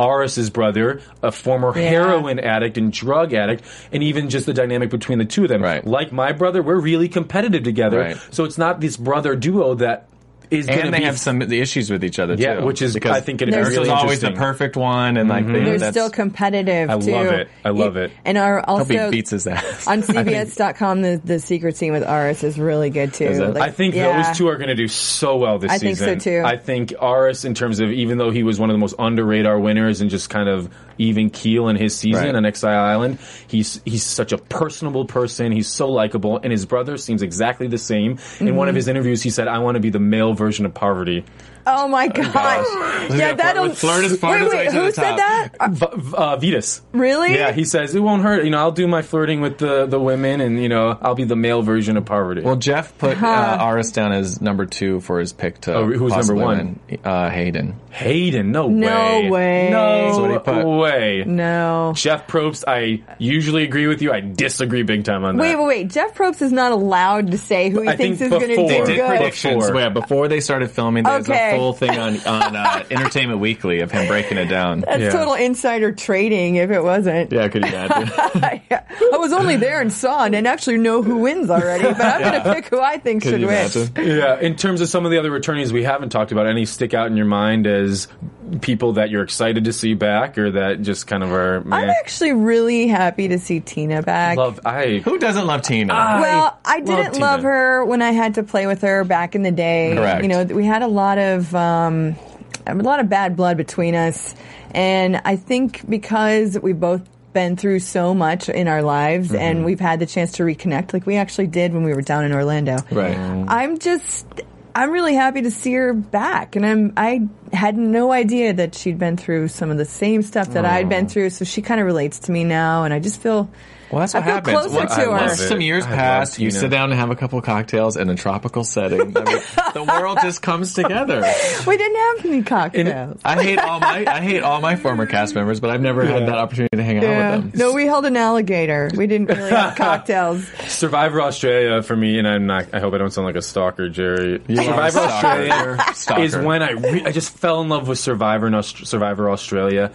[SPEAKER 4] Aris's brother, a former heroin addict and drug addict, and even just the dynamic between the two of them.
[SPEAKER 6] Right.
[SPEAKER 4] Like my brother, we're really competitive together,
[SPEAKER 6] Right.
[SPEAKER 4] so it's not this brother duo that is gonna
[SPEAKER 6] and they
[SPEAKER 4] be
[SPEAKER 6] have some the issues with each other
[SPEAKER 4] Yeah,
[SPEAKER 6] too,
[SPEAKER 4] which is,
[SPEAKER 6] because
[SPEAKER 4] I think, an
[SPEAKER 6] Ariel's
[SPEAKER 4] really
[SPEAKER 6] always the
[SPEAKER 4] interesting- Mm-hmm.
[SPEAKER 6] perfect one, and like they,
[SPEAKER 5] They're
[SPEAKER 6] that's,
[SPEAKER 5] still competitive.
[SPEAKER 4] I
[SPEAKER 5] too.
[SPEAKER 4] love it. I love
[SPEAKER 5] You-
[SPEAKER 4] it.
[SPEAKER 5] And are
[SPEAKER 6] hope he
[SPEAKER 5] also
[SPEAKER 6] beats his ass.
[SPEAKER 5] on CBS.com. The the secret scene with Aris is really good too.
[SPEAKER 6] it?
[SPEAKER 5] Like,
[SPEAKER 4] I think
[SPEAKER 5] yeah.
[SPEAKER 4] those two are going to do so well this
[SPEAKER 5] I think
[SPEAKER 4] season.
[SPEAKER 5] so, too.
[SPEAKER 4] I think Aris, in terms of even though he was one of the most under radar winners and just kind of even keel in his season
[SPEAKER 6] Right.
[SPEAKER 4] on Exile Island, he's he's such a personable
[SPEAKER 5] Mm-hmm.
[SPEAKER 4] person. He's so likable, and his brother seems exactly the same. In one of his interviews, he said, "I want to be the male version of poverty.
[SPEAKER 5] Oh my gosh. yeah, that'll. wait, wait, who said that?
[SPEAKER 4] V- v- uh, Vetus.
[SPEAKER 5] Really?
[SPEAKER 4] Yeah, he says it won't hurt. You know, I'll do my flirting with the, the women, and you know, I'll be the male version of poverty.
[SPEAKER 6] Well, Jeff put uh,
[SPEAKER 5] Uh-huh.
[SPEAKER 6] Aris down as number two for his pick to.
[SPEAKER 4] Oh, who's number
[SPEAKER 6] possibly
[SPEAKER 4] one?
[SPEAKER 6] win. Uh, Hayden.
[SPEAKER 4] Hayden, no,
[SPEAKER 5] No way. That's
[SPEAKER 6] what he
[SPEAKER 4] no
[SPEAKER 6] put.
[SPEAKER 4] way.
[SPEAKER 5] No.
[SPEAKER 4] Jeff Probst, I usually agree with you. I disagree big time on that.
[SPEAKER 5] Wait, wait, wait. Jeff Probst is not allowed to say who he
[SPEAKER 4] I
[SPEAKER 5] thinks
[SPEAKER 4] think
[SPEAKER 5] is going to do
[SPEAKER 4] before- They
[SPEAKER 6] Did
[SPEAKER 4] Good.
[SPEAKER 5] good.
[SPEAKER 6] predictions.
[SPEAKER 4] Before.
[SPEAKER 6] Yeah, before they started filming, there was
[SPEAKER 5] Okay.
[SPEAKER 6] a full thing on on uh, Entertainment Weekly of him breaking it down.
[SPEAKER 5] That's
[SPEAKER 4] Yeah.
[SPEAKER 5] total insider trading if it wasn't.
[SPEAKER 6] Yeah, could you imagine?
[SPEAKER 5] I was only there and saw and actually know who wins already, but I'm going to pick who I think
[SPEAKER 6] Could
[SPEAKER 5] should
[SPEAKER 6] you
[SPEAKER 5] win.
[SPEAKER 6] imagine?
[SPEAKER 4] Yeah, in terms of some of the other attorneys we haven't talked about, any stick out in your mind as people that you're excited to see back or that just kind of are.
[SPEAKER 6] Uh,
[SPEAKER 4] Meh.
[SPEAKER 5] I'm actually really happy to see Tina back.
[SPEAKER 4] love. I
[SPEAKER 6] Who doesn't love Tina?
[SPEAKER 5] well, I didn't
[SPEAKER 6] Tina.
[SPEAKER 5] love her when I had to play with her back in the day.
[SPEAKER 6] Correct.
[SPEAKER 5] You know, we had a lot of um, a lot of bad blood between us, and I think because we both been through so much in our lives
[SPEAKER 6] Mm-hmm.
[SPEAKER 5] and we've had the chance to reconnect like we actually did when we were down in Orlando.
[SPEAKER 6] right.
[SPEAKER 5] I'm just I'm really happy to see her back and I'm I had no idea that she'd been through some of the same stuff that I'd
[SPEAKER 6] Oh.
[SPEAKER 5] been through so she kind of relates to me now and I just feel
[SPEAKER 6] Well, that's
[SPEAKER 5] I
[SPEAKER 6] what
[SPEAKER 5] feel
[SPEAKER 6] happens.
[SPEAKER 5] closer
[SPEAKER 6] Once-
[SPEAKER 5] to her.
[SPEAKER 6] once some years
[SPEAKER 4] I love
[SPEAKER 6] pass, you
[SPEAKER 4] Tina.
[SPEAKER 6] sit down and have a couple of cocktails in a tropical setting. I mean, the world just comes together.
[SPEAKER 5] we didn't have any cocktails.
[SPEAKER 6] I hate all my I hate all my former cast members, but I've never had that opportunity to hang
[SPEAKER 5] Yeah.
[SPEAKER 6] out with them.
[SPEAKER 5] No, we held an alligator. We didn't really have cocktails.
[SPEAKER 4] Survivor Australia for me, and I'm not. I hope I don't sound like a stalker, Jerry.
[SPEAKER 6] You are a
[SPEAKER 4] Survivor
[SPEAKER 6] stalker. You're
[SPEAKER 4] Australia
[SPEAKER 6] a stalker.
[SPEAKER 4] is when I re- I just fell in love with Survivor and Aust- Survivor Australia.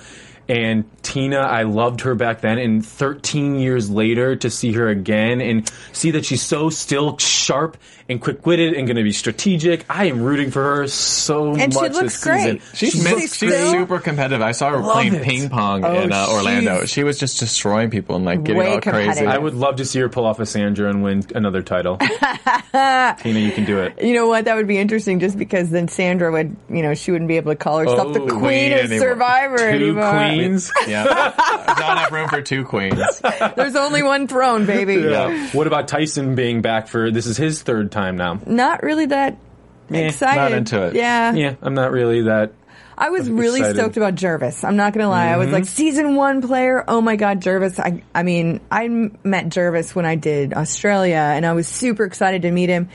[SPEAKER 4] And Tina, I loved her back then, and 13 years later to see her again and see that she's so still sharp and quick witted and going to be strategic. I am rooting for her so
[SPEAKER 5] And she
[SPEAKER 4] much this
[SPEAKER 5] looks
[SPEAKER 4] season.
[SPEAKER 5] great.
[SPEAKER 6] She's,
[SPEAKER 5] She's
[SPEAKER 6] mis-
[SPEAKER 5] really
[SPEAKER 6] she's
[SPEAKER 5] still-
[SPEAKER 6] super competitive. I saw her
[SPEAKER 4] Love
[SPEAKER 6] playing
[SPEAKER 4] it.
[SPEAKER 6] ping pong
[SPEAKER 5] Oh,
[SPEAKER 6] in uh, Orlando.
[SPEAKER 5] she's-
[SPEAKER 6] She was just destroying people and like getting
[SPEAKER 5] Way
[SPEAKER 6] all crazy.
[SPEAKER 5] competitive.
[SPEAKER 4] I would love to see her pull off a Sandra and win another title. Tina, you can do it.
[SPEAKER 5] You know what? That would be interesting just because then Sandra would, you know, she wouldn't be able to call herself the
[SPEAKER 4] Oh,
[SPEAKER 5] queen,
[SPEAKER 6] queen
[SPEAKER 5] of
[SPEAKER 6] anymore.
[SPEAKER 5] Survivor
[SPEAKER 4] Two
[SPEAKER 5] anymore.
[SPEAKER 4] queens.
[SPEAKER 6] yeah, There's not enough room for two queens.
[SPEAKER 5] There's only one throne, baby.
[SPEAKER 6] Yeah.
[SPEAKER 4] What about Tyson being back for this is his third time now?
[SPEAKER 5] Not really that excited.
[SPEAKER 6] not into it.
[SPEAKER 5] Yeah.
[SPEAKER 4] Yeah, I'm not really that.
[SPEAKER 5] I was really
[SPEAKER 4] excited.
[SPEAKER 5] stoked about Jervis. I'm not gonna lie. I was
[SPEAKER 6] Mm-hmm.
[SPEAKER 5] like season one player. Oh my god, Jervis. I I mean, I m- met Jervis when I did Australia, and I was super excited to meet him.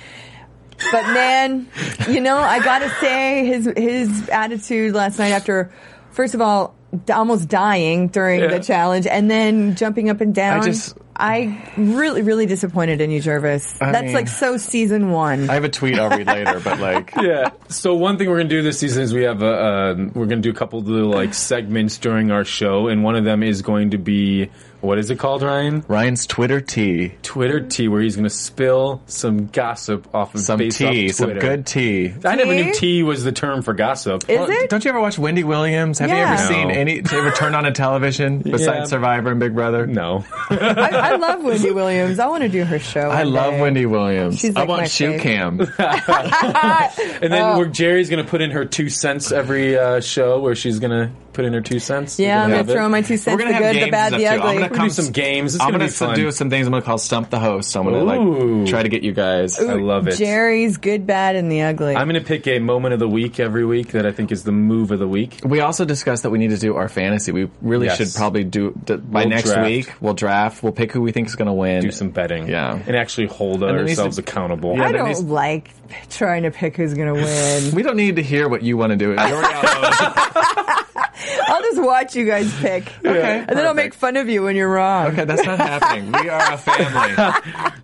[SPEAKER 5] But man, you know, I gotta say his his attitude last night after, first of all, d- almost dying during
[SPEAKER 4] Yeah.
[SPEAKER 5] the challenge, and then jumping up and down.
[SPEAKER 6] just-
[SPEAKER 5] I really, really disappointed in you, Jervis. That's
[SPEAKER 6] mean-
[SPEAKER 5] like so season one.
[SPEAKER 6] I have a tweet I'll read later, but like,
[SPEAKER 4] Yeah. So one thing we're gonna do this season is we have a um we're gonna do a couple of little like segments during our show, and one of them is going to be what is it called, Ryan?
[SPEAKER 6] Ryan's Twitter tea,
[SPEAKER 4] Twitter tea, where he's gonna spill some gossip off of
[SPEAKER 6] some
[SPEAKER 4] based
[SPEAKER 6] tea,
[SPEAKER 4] off
[SPEAKER 6] some
[SPEAKER 4] Twitter.
[SPEAKER 6] good tea.
[SPEAKER 4] I never
[SPEAKER 5] Tea?
[SPEAKER 4] knew tea was the term for gossip.
[SPEAKER 5] Is it?
[SPEAKER 6] Don't you ever watch Wendy Williams? Have you
[SPEAKER 5] Yeah.
[SPEAKER 6] ever seen
[SPEAKER 4] No.
[SPEAKER 6] any? Ever turned on a television besides
[SPEAKER 4] Yeah.
[SPEAKER 6] Survivor and Big Brother?
[SPEAKER 4] no.
[SPEAKER 5] I, I love Wendy Williams. I want to do her show.
[SPEAKER 6] I
[SPEAKER 5] one
[SPEAKER 6] love
[SPEAKER 5] day.
[SPEAKER 6] Wendy Williams.
[SPEAKER 5] She's
[SPEAKER 6] I
[SPEAKER 5] like my
[SPEAKER 6] want shoe
[SPEAKER 5] fave.
[SPEAKER 6] cam.
[SPEAKER 4] And
[SPEAKER 5] Oh.
[SPEAKER 4] then we're, Jerry's gonna put in her two cents every uh, show, where she's gonna put in her two cents. We're
[SPEAKER 5] Yeah, I'm gonna
[SPEAKER 4] have it.
[SPEAKER 5] throw my two cents: the
[SPEAKER 6] gonna have
[SPEAKER 5] good, the
[SPEAKER 6] games
[SPEAKER 5] bad,
[SPEAKER 6] up
[SPEAKER 5] the
[SPEAKER 6] too. I'm
[SPEAKER 5] ugly.
[SPEAKER 6] gonna
[SPEAKER 4] We're gonna do some games. It's
[SPEAKER 6] I'm
[SPEAKER 4] gonna,
[SPEAKER 6] gonna
[SPEAKER 4] be fun.
[SPEAKER 6] do some things. I'm gonna call stump the host. I'm gonna
[SPEAKER 4] Ooh.
[SPEAKER 6] like try to get you guys.
[SPEAKER 4] I love it.
[SPEAKER 5] Jerry's good, bad, and the ugly.
[SPEAKER 4] I'm going to pick a moment of the week every week that I think is the move of the week.
[SPEAKER 6] We also discussed that we need to do our fantasy. We really
[SPEAKER 4] Yes.
[SPEAKER 6] should probably do d- by
[SPEAKER 4] We'll
[SPEAKER 6] next
[SPEAKER 4] draft.
[SPEAKER 6] week. We'll draft. We'll pick who we think is gonna win.
[SPEAKER 4] Do some betting.
[SPEAKER 6] Yeah.
[SPEAKER 4] And actually hold
[SPEAKER 6] And there needs
[SPEAKER 4] ourselves
[SPEAKER 6] to-
[SPEAKER 4] accountable.
[SPEAKER 6] Yeah,
[SPEAKER 5] I
[SPEAKER 6] there
[SPEAKER 5] don't
[SPEAKER 6] needs-
[SPEAKER 5] like trying to pick who's gonna win.
[SPEAKER 6] We don't need to hear what you want to do. You already outvoted.
[SPEAKER 5] I'll just watch you guys pick,
[SPEAKER 6] Okay,
[SPEAKER 5] and then I'll make fun of you when you're wrong.
[SPEAKER 6] okay, that's not happening. We are a family.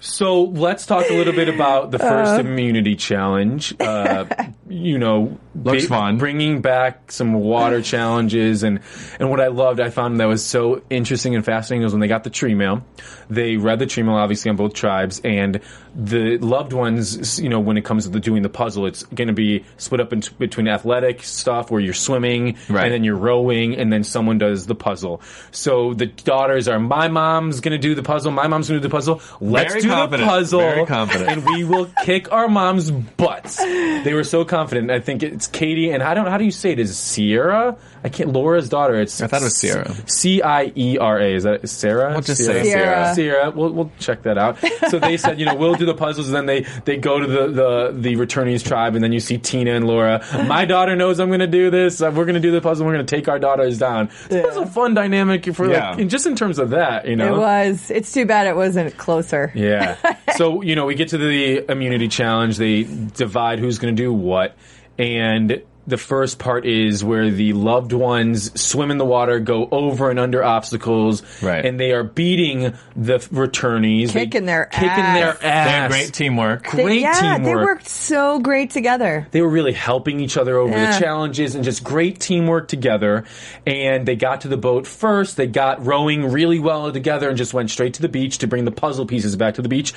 [SPEAKER 4] So let's talk a little bit about the first immunity challenge. Uh, you know,
[SPEAKER 6] Looks fun.
[SPEAKER 4] Bringing back some water challenges and and what I loved, I found that was so interesting and fascinating was when they got the tree mail. They read the tree mail, obviously on both tribes, and the loved ones. You know, when it comes to the, doing the puzzle, it's going to be split up in between athletic stuff where you're swimming
[SPEAKER 6] Right.
[SPEAKER 4] and then you're rowing, and then someone does the puzzle. So the daughters are, my mom's going to do the puzzle, my mom's going to do the puzzle. Let's
[SPEAKER 6] Very
[SPEAKER 4] do the
[SPEAKER 6] confident.
[SPEAKER 4] puzzle.
[SPEAKER 6] Very confident.
[SPEAKER 4] And we will kick our mom's butts. They were so confident. I think it's Katie, and I don't. How do you say it? Is Sierra? I can't. Laura's daughter. It's
[SPEAKER 6] I thought it was Sierra.
[SPEAKER 4] C I E R A. Is that Sarah?
[SPEAKER 6] We'll just
[SPEAKER 4] Sierra?
[SPEAKER 6] say Sierra.
[SPEAKER 5] Sierra.
[SPEAKER 4] Sierra. We'll, we'll check that out. So they said, you know, we'll do the puzzles, and then they they go to the the the returnees tribe, and then you see Tina and Laura. My daughter knows I'm going to do this. Uh, we're going to do the puzzle. We're going to take our daughters down. So It was a fun dynamic for
[SPEAKER 6] Yeah.
[SPEAKER 4] like, and just in terms of that, you know,
[SPEAKER 5] It was. It's too bad it wasn't closer.
[SPEAKER 4] yeah. so, you know, we get to the immunity challenge. They divide who's going to do what. And the first part is where the loved ones swim in the water, go over and under obstacles.
[SPEAKER 6] Right.
[SPEAKER 4] And they are beating the f- returnees. They-
[SPEAKER 5] Kicking their
[SPEAKER 4] kicking
[SPEAKER 5] ass.
[SPEAKER 4] their ass.
[SPEAKER 6] They had great teamwork.
[SPEAKER 5] They-
[SPEAKER 4] Great
[SPEAKER 5] yeah,
[SPEAKER 4] teamwork
[SPEAKER 5] they worked so great together.
[SPEAKER 4] they were really helping each other over the
[SPEAKER 5] Yeah.
[SPEAKER 4] challenges and just great teamwork together. And they got to the boat first. They got rowing really well together and just went straight to the beach to bring the puzzle pieces back to the beach.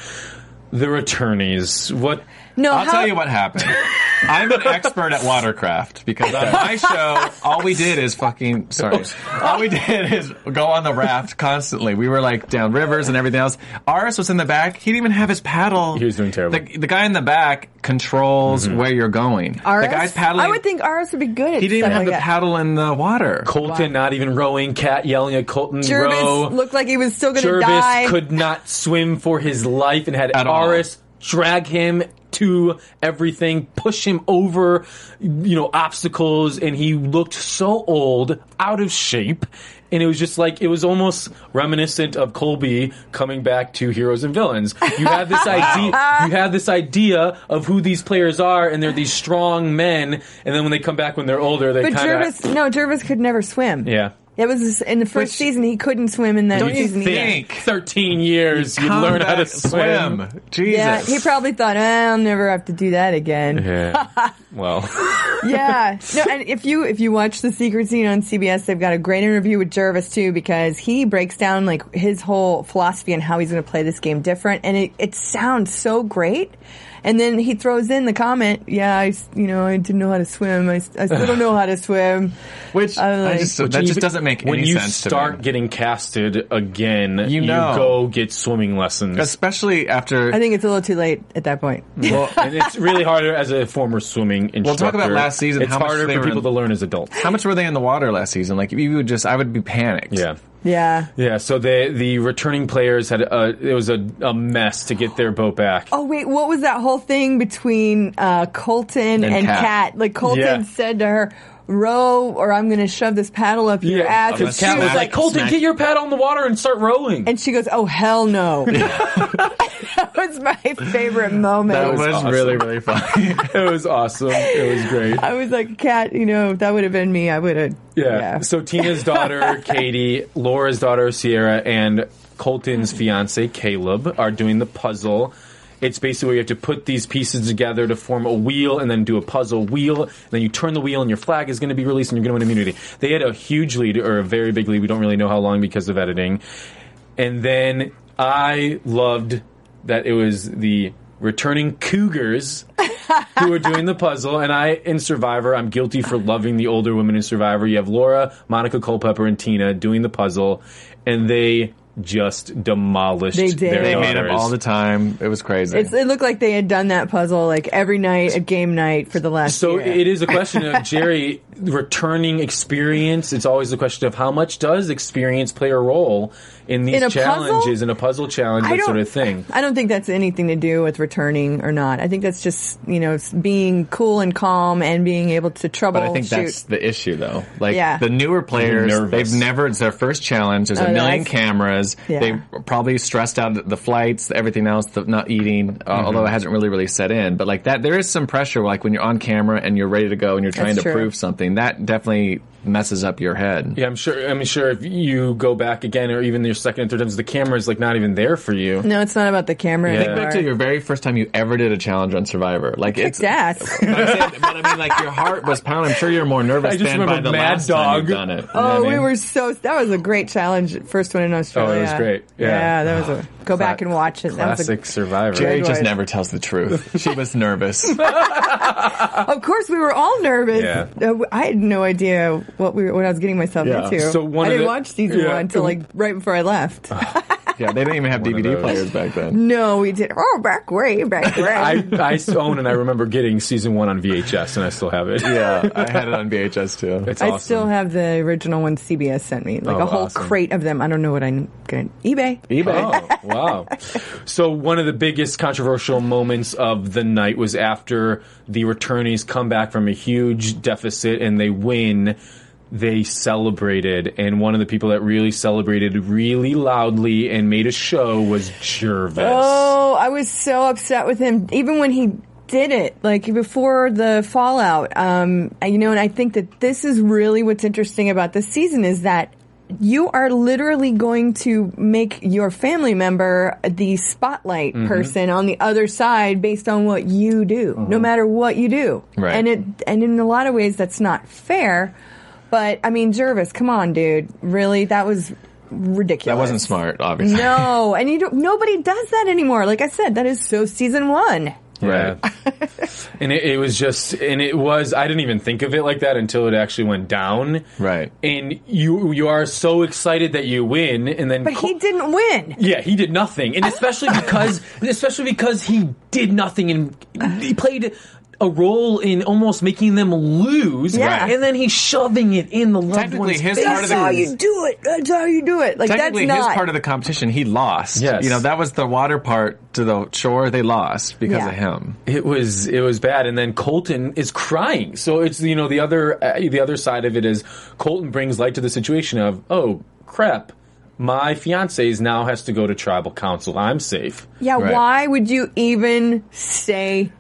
[SPEAKER 4] The returnees. What?
[SPEAKER 5] No,
[SPEAKER 6] I'll
[SPEAKER 5] how,
[SPEAKER 6] tell you what happened. I'm an expert at watercraft because on my show, all we did is fucking sorry. All we did is go on the raft constantly. We were like down rivers and everything else. Ours was in the back. He didn't even have his paddle.
[SPEAKER 4] He was doing terrible. Mm-hmm.
[SPEAKER 6] The, the guy in the back controls where you're going.
[SPEAKER 5] RS?
[SPEAKER 6] The guy's paddling.
[SPEAKER 5] I would think RS would be good at
[SPEAKER 6] he didn't
[SPEAKER 5] stuff
[SPEAKER 6] even have
[SPEAKER 5] like
[SPEAKER 6] the
[SPEAKER 5] that.
[SPEAKER 6] paddle in the water.
[SPEAKER 4] Colton not even rowing. Cat yelling at Colton.
[SPEAKER 5] Jervis
[SPEAKER 4] row.
[SPEAKER 5] looked like he was still going to
[SPEAKER 4] Jervis
[SPEAKER 5] die.
[SPEAKER 4] could not swim for his life and had
[SPEAKER 6] At all.
[SPEAKER 4] Aris drag him to everything, push him over, you know, obstacles, and he looked so old, out of shape. And it was just like it was almost reminiscent of Colby coming back to Heroes and Villains. You have this idea, you have this idea of who these players are, and they're these strong men. And then when they come back when they're older, they
[SPEAKER 5] but
[SPEAKER 4] kind
[SPEAKER 5] Jervis,
[SPEAKER 4] of
[SPEAKER 5] no, Jervis could never swim.
[SPEAKER 4] yeah.
[SPEAKER 5] It was in the first
[SPEAKER 6] Which-
[SPEAKER 5] season he couldn't swim in the
[SPEAKER 6] Don't you
[SPEAKER 5] season either.
[SPEAKER 6] think?
[SPEAKER 4] Thirteen years, you
[SPEAKER 6] Come
[SPEAKER 4] learn how to
[SPEAKER 6] back,
[SPEAKER 4] swim.
[SPEAKER 6] Jesus.
[SPEAKER 5] Yeah, he probably thought, "Eh, I'll never have to do that again.
[SPEAKER 4] Yeah. well.
[SPEAKER 5] yeah. No, and if you if you watch the secret scene on CBS, they've got a great interview with Jervis too because he breaks down like his whole philosophy and how he's going to play this game different, and it it sounds so great. And then he throws in the comment, "Yeah, I s- you know I didn't know how to swim. I, s- I still don't know how to swim."
[SPEAKER 6] Which
[SPEAKER 5] I'm
[SPEAKER 6] I
[SPEAKER 5] like-
[SPEAKER 6] just, that just doesn't make
[SPEAKER 4] when
[SPEAKER 6] any
[SPEAKER 4] you
[SPEAKER 6] sense
[SPEAKER 4] start
[SPEAKER 6] to me.
[SPEAKER 4] getting casted again you,
[SPEAKER 6] You know.
[SPEAKER 4] go get swimming lessons
[SPEAKER 6] Especially after
[SPEAKER 5] I think it's a little too late at that point.
[SPEAKER 4] well, and it's really harder as a former swimming instructor
[SPEAKER 6] Well, talk about last season,
[SPEAKER 4] it's
[SPEAKER 6] how much
[SPEAKER 4] harder
[SPEAKER 6] they
[SPEAKER 4] for
[SPEAKER 6] were
[SPEAKER 4] people
[SPEAKER 6] in-
[SPEAKER 4] to learn as adults
[SPEAKER 6] How much were they in the water last season? Like you would just, I would be panicked.
[SPEAKER 4] yeah
[SPEAKER 5] Yeah.
[SPEAKER 4] yeah so the the returning players had a, it was a, a mess to get their boat back
[SPEAKER 5] Oh wait, what was that whole thing between uh, Colton and,
[SPEAKER 6] Kat.
[SPEAKER 5] Kat. Like Colton
[SPEAKER 4] Yeah.
[SPEAKER 5] said to her, "Row, or I'm going to shove this paddle up your ass." And
[SPEAKER 4] because
[SPEAKER 5] she
[SPEAKER 4] Kat
[SPEAKER 5] was
[SPEAKER 4] was
[SPEAKER 6] smack-
[SPEAKER 4] like, Colton,
[SPEAKER 6] smack-
[SPEAKER 4] get your paddle in the water and start rowing.
[SPEAKER 5] and she goes, "Oh hell no!" that was my favorite moment.
[SPEAKER 6] That was
[SPEAKER 4] awesome.
[SPEAKER 6] really, really funny.
[SPEAKER 4] it was awesome. It was great.
[SPEAKER 5] I was like, "Cat, you know, if that would have been me. I would have."
[SPEAKER 4] Yeah. So Tina's daughter, Katie, Laura's daughter, Sierra, and Colton's fiance, Caleb, are doing the puzzle. It's basically where you have to put these pieces together to form a wheel and then do a puzzle wheel. then you turn the wheel and your flag is going to be released and you're going to win immunity. They had a huge lead or a very big lead. We don't really know how long because of editing. And then I loved that it was the returning Cougars who were doing the puzzle. And I, in Survivor, I'm guilty for loving the older women in Survivor. You have Laura, Monica Culpepper, and Tina doing the puzzle, and they just demolished
[SPEAKER 5] They did.
[SPEAKER 4] their
[SPEAKER 6] they made up
[SPEAKER 4] daughters.
[SPEAKER 6] all the time. It was crazy.
[SPEAKER 5] It's, it looked like they had done that puzzle like every night at game night for the last.
[SPEAKER 4] So
[SPEAKER 5] year.
[SPEAKER 4] it is a question of Jerry returning experience. It's always a question of how much does experience play a role in these
[SPEAKER 5] In a puzzle?
[SPEAKER 4] challenges, in a puzzle challenge,
[SPEAKER 5] I
[SPEAKER 4] that
[SPEAKER 5] don't-
[SPEAKER 4] sort of thing.
[SPEAKER 5] I don't think that's anything to do with returning or not. I think that's just you know s- being cool and calm and being able to trouble.
[SPEAKER 6] but I think
[SPEAKER 5] shoot.
[SPEAKER 6] that's the issue, though. Like
[SPEAKER 5] Yeah.
[SPEAKER 6] the newer players,
[SPEAKER 4] nervous.
[SPEAKER 6] they've never. It's their first challenge. There's a
[SPEAKER 5] Oh,
[SPEAKER 6] million
[SPEAKER 5] that's-
[SPEAKER 6] cameras.
[SPEAKER 5] Yeah.
[SPEAKER 6] They probably stressed out the- the flights, everything else, the not eating.
[SPEAKER 4] Mm-hmm.
[SPEAKER 6] Uh, Although it hasn't really, really set in. But like that, there is some pressure. Like when you're on camera and you're ready to go and you're trying
[SPEAKER 5] That's
[SPEAKER 6] to
[SPEAKER 5] true.
[SPEAKER 6] prove something, that definitely messes up your head.
[SPEAKER 4] Yeah, I'm sure. I'm sure if you go back again, or even your second and third times, the camera is like not even there for you.
[SPEAKER 5] no, it's not about the camera.
[SPEAKER 4] Yeah.
[SPEAKER 6] Think back to
[SPEAKER 5] anymore.
[SPEAKER 6] your very first time you ever did a challenge on Survivor. Like it's
[SPEAKER 5] Kicked ass.
[SPEAKER 6] But, I'm saying, but I mean, like your heart was pounding. I'm sure you're more nervous
[SPEAKER 4] I just
[SPEAKER 6] than by
[SPEAKER 4] remember
[SPEAKER 6] the
[SPEAKER 4] Mad
[SPEAKER 6] last time you've
[SPEAKER 4] Dog.
[SPEAKER 6] done it. You know what I
[SPEAKER 5] Oh, we
[SPEAKER 6] mean?
[SPEAKER 5] were so. That was a great challenge. First one in Australia.
[SPEAKER 4] Oh, was great. Yeah. Ah,
[SPEAKER 5] that was a. Go back and watch it. That was
[SPEAKER 4] Classic
[SPEAKER 5] a,
[SPEAKER 4] Survivor.
[SPEAKER 6] Jerry just
[SPEAKER 5] Edward.
[SPEAKER 6] never tells the truth. She was nervous.
[SPEAKER 5] of course, we were all nervous.
[SPEAKER 4] Yeah.
[SPEAKER 5] Uh, I had no idea what we were, what I was getting myself
[SPEAKER 6] Yeah.
[SPEAKER 5] into.
[SPEAKER 4] So one
[SPEAKER 5] I
[SPEAKER 4] of
[SPEAKER 5] didn't
[SPEAKER 4] the-
[SPEAKER 5] watch season
[SPEAKER 4] yeah. Ah.
[SPEAKER 5] one until like right before I left.
[SPEAKER 6] yeah, they didn't even have
[SPEAKER 4] One of
[SPEAKER 6] DVD
[SPEAKER 4] those.
[SPEAKER 6] players back then.
[SPEAKER 5] No, we did. Oh, back way, back way.
[SPEAKER 4] I, I s- own and I remember getting season one on VHS, and I still have it.
[SPEAKER 6] Yeah, I had it on VHS too.
[SPEAKER 4] It's
[SPEAKER 5] I
[SPEAKER 4] awesome.
[SPEAKER 5] still have the original one CBS sent me, like
[SPEAKER 4] Oh,
[SPEAKER 5] a whole
[SPEAKER 4] awesome.
[SPEAKER 5] crate of them. I don't know what I'm going to eBay.
[SPEAKER 4] Oh, wow. So one of the biggest controversial moments of the night was after the returnees come back from a huge deficit and they win. They celebrated, and one of the people that really celebrated really loudly and made a show was Jervis.
[SPEAKER 5] Oh, I was so upset with him, even when he did it, like before the fallout. Um, I- you know, and I think that this is really what's interesting about this season is that you are literally going to make your family member the spotlight
[SPEAKER 6] Mm-hmm.
[SPEAKER 5] person on the other side based on what you do, no matter what you do.
[SPEAKER 6] Mm-hmm. Right.
[SPEAKER 5] And it, and in a lot of ways, that's not fair. But I mean, Jervis, come on, dude. Really, that was ridiculous.
[SPEAKER 6] That wasn't smart, obviously.
[SPEAKER 5] No, and you don't, nobody does that anymore. Like I said, that is so season one.
[SPEAKER 6] Right.
[SPEAKER 4] and it, it was just, and it was. I didn't even think of it like that until it actually went down.
[SPEAKER 6] Right.
[SPEAKER 4] And you you are so excited that you win, and then
[SPEAKER 5] But he didn't win.
[SPEAKER 4] Yeah, he did nothing, and especially because, especially because he did nothing and he played a role in almost making them lose.
[SPEAKER 5] Yeah.
[SPEAKER 4] and then he's shoving it in the loved
[SPEAKER 6] Technically,
[SPEAKER 4] one's
[SPEAKER 6] his
[SPEAKER 4] face.
[SPEAKER 6] part
[SPEAKER 5] That's
[SPEAKER 6] of the-
[SPEAKER 5] how you do it. That's how you do it. Like that's
[SPEAKER 6] Technically, his
[SPEAKER 5] not.
[SPEAKER 6] part of the competition, he lost.
[SPEAKER 4] Yes.
[SPEAKER 6] You know, that was the water part to the shore. They lost because
[SPEAKER 5] Yeah.
[SPEAKER 6] of him.
[SPEAKER 4] It was it was bad, and then Colton is crying. So it's you know the other uh, the other side of it is Colton brings light to the situation of oh crap, my fiance's now has to go to tribal council. I'm safe.
[SPEAKER 5] yeah,
[SPEAKER 6] Right.
[SPEAKER 5] why would you even say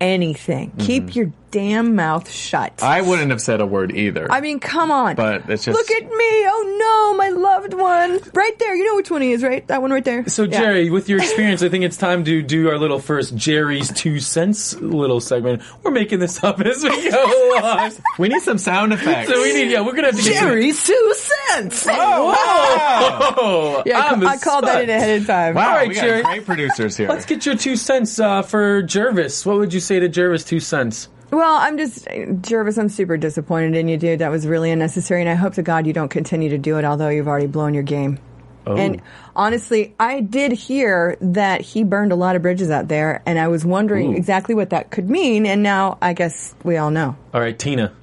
[SPEAKER 5] anything? Keep your damn mouth shut.
[SPEAKER 6] Mm-hmm. I wouldn't have said a word either.
[SPEAKER 5] I mean, come on.
[SPEAKER 6] But it's just-
[SPEAKER 5] look at me. Oh no, my loved one, right there. You know which one he is, right? That one right there.
[SPEAKER 4] So
[SPEAKER 5] Yeah.
[SPEAKER 4] Jerry, with your experience, I think it's time to do our little first Jerry's two cents little segment. We're making this up as we go along.
[SPEAKER 6] we need some sound effects.
[SPEAKER 4] So we need, yeah, we're gonna have to get
[SPEAKER 5] Jerry's two cents.
[SPEAKER 4] Oh,
[SPEAKER 5] Yeah, I
[SPEAKER 4] I'm
[SPEAKER 5] ca-
[SPEAKER 4] a
[SPEAKER 5] I called that
[SPEAKER 4] spud.
[SPEAKER 5] in ahead of time.
[SPEAKER 6] Wow,
[SPEAKER 4] All right,
[SPEAKER 6] Ah! we got
[SPEAKER 4] Jerry.
[SPEAKER 6] great producers here.
[SPEAKER 4] Let's get your two cents uh, for Jervis. What would you say to Jervis two cents?
[SPEAKER 5] Well, I'm just, Jervis, I'm super disappointed in you, dude. That was really unnecessary, and I hope to God you don't continue to do it, although you've already blown your game. And honestly, I did hear that he burned a lot of bridges out there, and I was wondering exactly what that could mean, and now I guess we all know.
[SPEAKER 4] All right, Tina.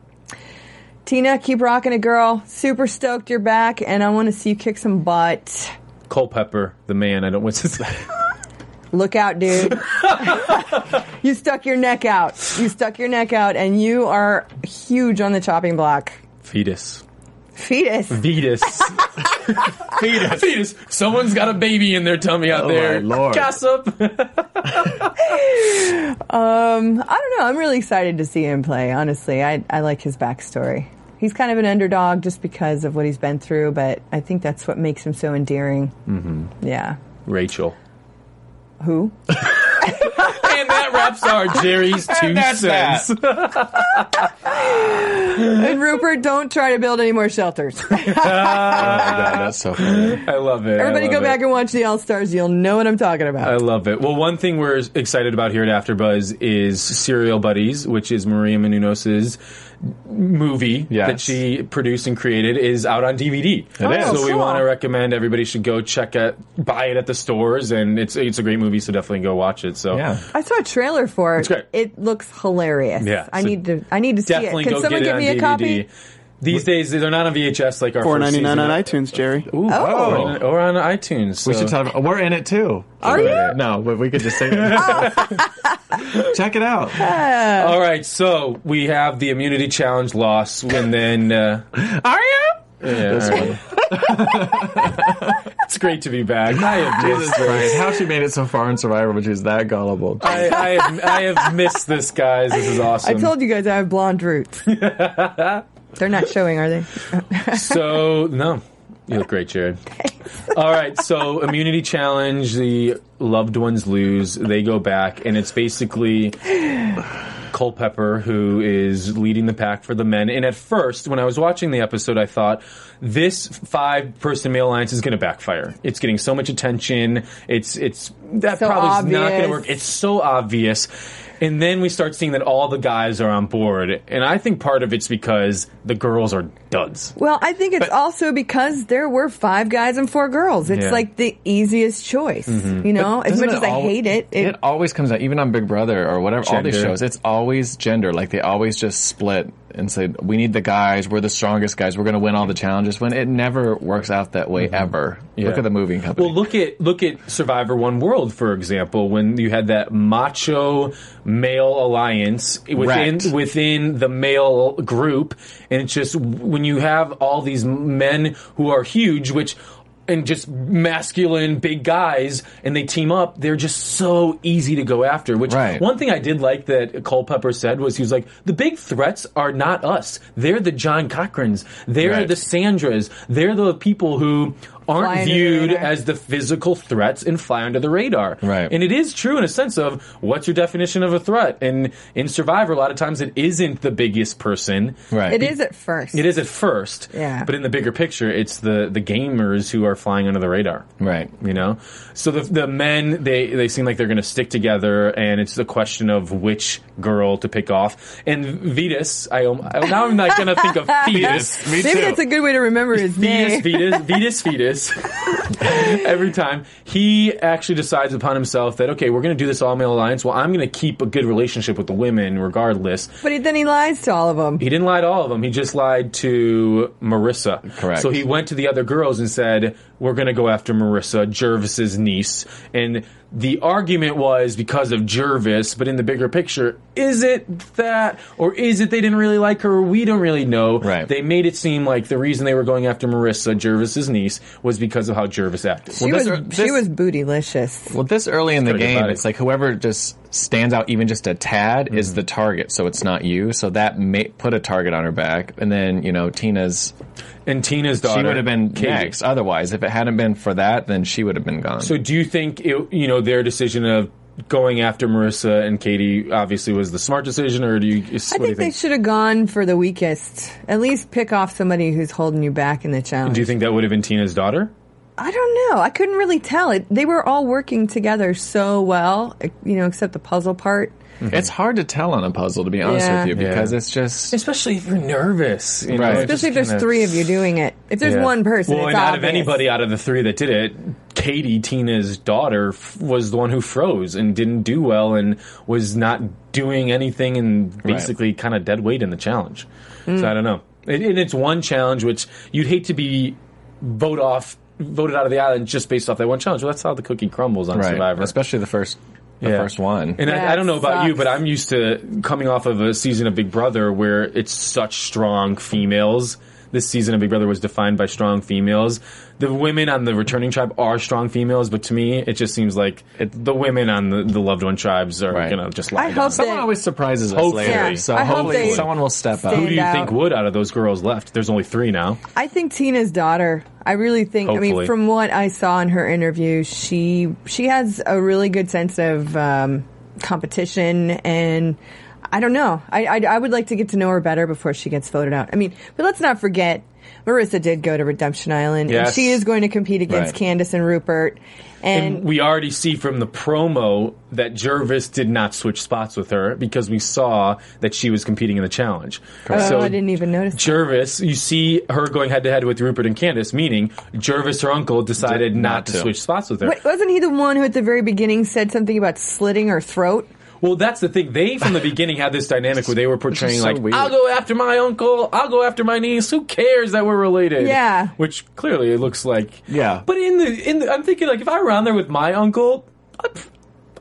[SPEAKER 5] Tina, keep rocking it, girl. Super stoked you're back, and I want to see you kick some butt.
[SPEAKER 4] Culpepper, the man. I don't. What's his name?
[SPEAKER 5] Look out, dude. you stuck your neck out. You stuck your neck out, and you are huge on the chopping block.
[SPEAKER 4] Fetus.
[SPEAKER 5] Fetus.
[SPEAKER 4] Fetus. Fetus. Fetus. Someone's got a baby in their tummy out
[SPEAKER 6] Oh,
[SPEAKER 4] there.
[SPEAKER 6] my Lord.
[SPEAKER 4] Gossip.
[SPEAKER 5] I don't know. I'm really excited to see him play. Honestly, I I like his backstory. He's kind of an underdog just because of what he's been through, but I think that's what makes him so endearing. Mm-hmm. Yeah.
[SPEAKER 4] Rachel.
[SPEAKER 5] Who?
[SPEAKER 4] And that wraps our Jerry's two
[SPEAKER 6] that's
[SPEAKER 4] cents.
[SPEAKER 5] and Rupert, don't try to build any more shelters.
[SPEAKER 6] Oh my God, that's so funny.
[SPEAKER 4] I love it. I
[SPEAKER 5] Everybody
[SPEAKER 4] love
[SPEAKER 5] go
[SPEAKER 4] it. Uh,
[SPEAKER 5] back and watch the All Stars. You'll know what I'm talking
[SPEAKER 4] I
[SPEAKER 5] about.
[SPEAKER 4] love it. Well, one thing we're excited about here at AfterBuzz is Serial Buddies, which is Maria Menounos' movie
[SPEAKER 6] Yes.
[SPEAKER 4] that she produced and created, is out on DVD.
[SPEAKER 6] is.
[SPEAKER 4] So we
[SPEAKER 5] Oh, cool.
[SPEAKER 4] want to recommend everybody should go check it, buy it at the stores, and it's it's a great movie. So definitely go watch it. So
[SPEAKER 6] Yeah.
[SPEAKER 5] I, saw a trailer for it.
[SPEAKER 4] It's great.
[SPEAKER 5] It looks hilarious.
[SPEAKER 4] Yeah,
[SPEAKER 5] I
[SPEAKER 4] so
[SPEAKER 5] need to. I need to see it.
[SPEAKER 4] definitely
[SPEAKER 5] Can
[SPEAKER 4] go get
[SPEAKER 5] someone
[SPEAKER 4] it
[SPEAKER 5] give
[SPEAKER 4] on
[SPEAKER 5] me a
[SPEAKER 4] DVD.
[SPEAKER 5] copy?
[SPEAKER 4] These days they're not on VHS like our
[SPEAKER 7] Four
[SPEAKER 4] first
[SPEAKER 7] ninety nine on
[SPEAKER 4] season.
[SPEAKER 7] iTunes, Jerry.
[SPEAKER 4] Ooh,
[SPEAKER 6] Oh.
[SPEAKER 4] or on iTunes.
[SPEAKER 6] We
[SPEAKER 4] so-
[SPEAKER 6] should tell them we're in it too.
[SPEAKER 5] Are you?
[SPEAKER 6] No, but we could just say that. Check it out.
[SPEAKER 4] All right, so we have the immunity challenge loss, and then uh,
[SPEAKER 6] Are you?
[SPEAKER 4] yeah, all right. it's great to be back. I have
[SPEAKER 6] Jesus
[SPEAKER 4] missed.
[SPEAKER 6] Christ! How she made it so far in Survivor, but she's that gullible.
[SPEAKER 4] I, I, have, I have missed this, guys. This is
[SPEAKER 5] I
[SPEAKER 4] awesome.
[SPEAKER 5] told you guys I have blonde roots. They're not showing, are they?
[SPEAKER 4] so no, you look great, Jared. All right, so immunity challenge. The loved ones lose. They go back, and it's basically Culpepper, who is leading the pack for the men. And at first, when I was watching the episode, I thought this five-person male alliance is going to backfire. It's getting so much attention. It's it's that
[SPEAKER 5] So
[SPEAKER 4] probably is not going
[SPEAKER 5] obvious.
[SPEAKER 4] to work. It's so obvious. And then we start seeing that all the guys are on board. And I think part of it's because the girls are duds.
[SPEAKER 5] Well, I think it's also because there were five guys and four girls. It's
[SPEAKER 4] Yeah. Mm-hmm.
[SPEAKER 5] like the easiest choice. You know, as
[SPEAKER 6] Doesn't
[SPEAKER 5] much
[SPEAKER 6] it
[SPEAKER 5] as I
[SPEAKER 6] al-
[SPEAKER 5] hate it,
[SPEAKER 6] it,
[SPEAKER 5] it
[SPEAKER 6] always comes out, even on Big Brother or whatever, all these
[SPEAKER 4] Gender.
[SPEAKER 6] shows. It's always gender. Like they always just split and say, "We need the guys. We're the strongest guys. We're going to win all the challenges." When it never works out that
[SPEAKER 5] Mm-hmm.
[SPEAKER 6] way ever. Look at the moving company.
[SPEAKER 4] Well, look at look at Survivor One World for example, when you had that macho male alliance within
[SPEAKER 6] Wrecked.
[SPEAKER 4] within the male group, and it's just when you have all these men who are huge, which and just masculine big guys, and they team up. They're just so easy to go after. Which
[SPEAKER 6] Right.
[SPEAKER 4] one thing I did like that Culpepper said was he was like, the big threats are not us. They're the John Cochran's. They're
[SPEAKER 6] Right.
[SPEAKER 4] the Sandras. They're the people who aren't
[SPEAKER 5] Fly under the
[SPEAKER 4] viewed
[SPEAKER 5] radar.
[SPEAKER 4] as the physical threats and fly under the radar.
[SPEAKER 6] Right.
[SPEAKER 4] And it is true in a sense of what's your definition of a threat? And in Survivor, a lot of times it isn't the biggest person.
[SPEAKER 6] right.
[SPEAKER 5] it is at first.
[SPEAKER 4] It is at first.
[SPEAKER 5] Yeah.
[SPEAKER 4] But in the bigger picture, it's the, the gamers who are flying under the radar.
[SPEAKER 6] Right.
[SPEAKER 4] You know? So the, the men, they, they seem like they're going to stick together, and it's the question of which girl to pick off. And Vetus, I, I now I'm not going to think of Fetus.
[SPEAKER 5] Maybe that's a good way to remember his
[SPEAKER 4] Vetus,
[SPEAKER 5] name.
[SPEAKER 4] Vetus, Vetus, Vetus. Every time he actually decides upon himself that okay, we're going to do this all male alliance. Well, I'm going to keep a good relationship with the women regardless.
[SPEAKER 5] But he, then he lies to all of them.
[SPEAKER 4] He didn't lie to all of them. He just lied to Marissa.
[SPEAKER 6] Correct.
[SPEAKER 4] So he went to the other girls and said, "We're going to go after Marissa, Jervis's niece." And the argument was because of Jervis, but in the bigger picture, is it that, or is it they didn't really like her? We don't really know.
[SPEAKER 6] Right.
[SPEAKER 4] They made it seem like the reason they were going after Marissa, Jervis's niece, was because of how Jervis acted.
[SPEAKER 5] She was
[SPEAKER 6] this-
[SPEAKER 5] she
[SPEAKER 6] this-
[SPEAKER 5] was bootylicious.
[SPEAKER 6] Well, this early in the
[SPEAKER 4] pretty
[SPEAKER 6] game,
[SPEAKER 4] body.
[SPEAKER 6] it's like whoever just stands out even just a tad
[SPEAKER 5] Mm-hmm.
[SPEAKER 6] is the target. So it's not you. So that may put a target on her back. And then, you know, Tina's,
[SPEAKER 4] and Tina's daughter,
[SPEAKER 6] she would have been
[SPEAKER 4] Katie.
[SPEAKER 6] next. Otherwise, if it hadn't been for that, then she would have been gone.
[SPEAKER 4] So do you think it, you know their decision of going after Marissa and Katie obviously was the smart decision, or do you?
[SPEAKER 5] I
[SPEAKER 4] what do you
[SPEAKER 5] think they
[SPEAKER 4] think?
[SPEAKER 5] should have gone for the weakest. At least pick off somebody who's holding you back in the challenge.
[SPEAKER 4] Do you think that would have been Tina's daughter?
[SPEAKER 5] I don't know. I couldn't really tell. It, they were all working together so well, eh, you know, except the puzzle part.
[SPEAKER 6] it's hard to tell on a puzzle, to be honest
[SPEAKER 5] Yeah.
[SPEAKER 6] with you, because
[SPEAKER 4] Yeah.
[SPEAKER 6] it's just.
[SPEAKER 4] Especially if you're nervous, you
[SPEAKER 6] Right.
[SPEAKER 4] know,
[SPEAKER 6] Especially
[SPEAKER 4] just
[SPEAKER 5] Especially if there's
[SPEAKER 4] kinda-
[SPEAKER 5] three of you doing it. If there's
[SPEAKER 4] Yeah.
[SPEAKER 5] one person,
[SPEAKER 4] Well,
[SPEAKER 5] it's
[SPEAKER 4] and out of
[SPEAKER 5] obvious.
[SPEAKER 4] anybody out of the three that did it, Katie, Tina's daughter, f- was the one who froze and didn't do well and was not doing anything and
[SPEAKER 6] Right.
[SPEAKER 4] basically kind of dead weight in the challenge. So I don't know. It, and it's one challenge which you'd hate to be vote off, voted out of the island just based off that one challenge. Well, that's how the cookie crumbles on
[SPEAKER 6] Right.
[SPEAKER 4] Survivor,
[SPEAKER 6] Especially the first, the
[SPEAKER 4] Yeah.
[SPEAKER 6] first one.
[SPEAKER 4] And
[SPEAKER 5] Yeah,
[SPEAKER 4] I, I don't know about you,
[SPEAKER 5] sucks.
[SPEAKER 4] but I'm used to coming off of a season of Big Brother where it's such strong females. This season of Big Brother was defined by strong females. The women on the returning tribe are strong females, but to me, it just seems like it, the women on the, the loved one tribes are
[SPEAKER 6] Right.
[SPEAKER 4] gonna just lie.
[SPEAKER 5] I
[SPEAKER 4] down.
[SPEAKER 5] hope
[SPEAKER 6] Someone
[SPEAKER 5] that-
[SPEAKER 6] always surprises us
[SPEAKER 4] Hopefully.
[SPEAKER 6] later.
[SPEAKER 4] Yeah.
[SPEAKER 6] So
[SPEAKER 5] I hope
[SPEAKER 6] hopefully
[SPEAKER 5] they
[SPEAKER 6] someone will step
[SPEAKER 5] stay
[SPEAKER 6] up.
[SPEAKER 4] Who do you
[SPEAKER 5] Stand
[SPEAKER 4] think
[SPEAKER 5] out.
[SPEAKER 4] would out of those girls left? There's only three now.
[SPEAKER 5] I think Tina's daughter. I really think. I mean,
[SPEAKER 4] Hopefully.
[SPEAKER 5] from what I saw in her interview, she she has a really good sense of um, competition, and I don't know. I, I I would like to get to know her better before she gets voted out. I mean, but let's not forget. Marissa did go to Redemption Island,
[SPEAKER 4] Yes.
[SPEAKER 5] and she is going to compete against
[SPEAKER 6] Right.
[SPEAKER 5] Candace and Rupert. And,
[SPEAKER 4] And we already see from the promo that Jervis did not switch spots with her because we saw that she was competing in the challenge.
[SPEAKER 5] oh, I didn't even notice. that.
[SPEAKER 4] Jervis, you see her going head to head with Rupert and Candace, meaning Jervis, her uncle, decided
[SPEAKER 6] Did
[SPEAKER 4] not,
[SPEAKER 6] not
[SPEAKER 4] to,
[SPEAKER 6] to.
[SPEAKER 4] switch spots with her.
[SPEAKER 5] Wait, wasn't he the one who at the very beginning said something about slitting her throat?
[SPEAKER 4] Well, that's the thing. They, from the beginning, had this dynamic where they were portraying,
[SPEAKER 6] so
[SPEAKER 4] like,
[SPEAKER 6] weird.
[SPEAKER 4] I'll go after my uncle, I'll go after my niece, who cares that we're related?
[SPEAKER 5] Yeah.
[SPEAKER 4] Which clearly it looks like.
[SPEAKER 6] Yeah.
[SPEAKER 4] But in the, in the, I'm thinking, like, if I were on there with my uncle, I,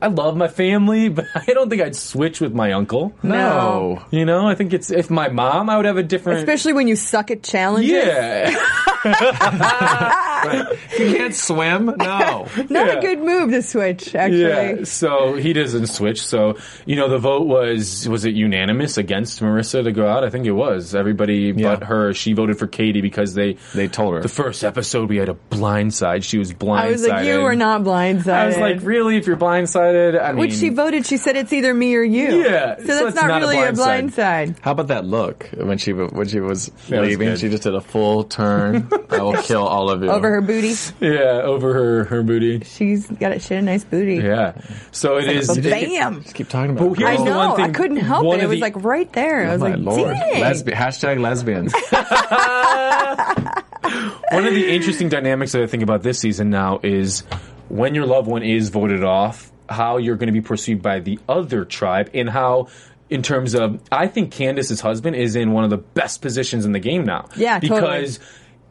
[SPEAKER 4] I love my family, but I don't think I'd switch with my uncle.
[SPEAKER 6] No.
[SPEAKER 4] You know, I think it's, if my mom, I would have a different.
[SPEAKER 5] Especially when you suck at challenges.
[SPEAKER 4] yeah.
[SPEAKER 6] You can't swim? No.
[SPEAKER 5] Not
[SPEAKER 4] Yeah.
[SPEAKER 5] a good move to switch, actually.
[SPEAKER 4] Yeah, so he doesn't switch. So you know, the vote was was it unanimous against Marissa to go out? I think it was. Everybody
[SPEAKER 6] Yeah.
[SPEAKER 4] but her. She voted for Katie because they
[SPEAKER 6] They told her.
[SPEAKER 4] the first episode we had a blindside. She was blindsided.
[SPEAKER 5] I was like, you were not blindsided.
[SPEAKER 4] I was like, really? If you're blindsided, I mean,
[SPEAKER 5] Which she voted, she said it's either me or you.
[SPEAKER 4] Yeah,
[SPEAKER 5] So
[SPEAKER 4] so
[SPEAKER 5] that's
[SPEAKER 4] it's
[SPEAKER 5] not,
[SPEAKER 4] not a
[SPEAKER 5] really a
[SPEAKER 4] blind
[SPEAKER 5] blind side.
[SPEAKER 6] How about that look when she when she was
[SPEAKER 4] That was
[SPEAKER 6] leaving?
[SPEAKER 4] good.
[SPEAKER 6] she just did a full turn. I will kill all of you.
[SPEAKER 5] over her booty.
[SPEAKER 4] Yeah, over her her booty.
[SPEAKER 5] She's got it. She had a nice booty.
[SPEAKER 4] Yeah. So it is.
[SPEAKER 5] But bam!
[SPEAKER 6] Just keep talking about.
[SPEAKER 4] But
[SPEAKER 6] it. Oh
[SPEAKER 5] I
[SPEAKER 4] here's the one
[SPEAKER 5] know. I
[SPEAKER 4] thing-
[SPEAKER 5] couldn't help
[SPEAKER 4] one
[SPEAKER 5] it. It
[SPEAKER 4] of
[SPEAKER 5] was
[SPEAKER 4] the- Oh
[SPEAKER 5] like right there. I was
[SPEAKER 6] My
[SPEAKER 5] like,
[SPEAKER 6] lord,
[SPEAKER 5] dang.
[SPEAKER 6] Lesbi- hashtag lesbians.
[SPEAKER 4] One of
[SPEAKER 5] Eh.
[SPEAKER 4] the interesting dynamics that I think about this season now is when your loved one is voted off, how you're going to be perceived by the other tribe, and how. In terms of, I think Candace's husband is in one of the best positions in the game now.
[SPEAKER 5] Yeah, totally.
[SPEAKER 4] because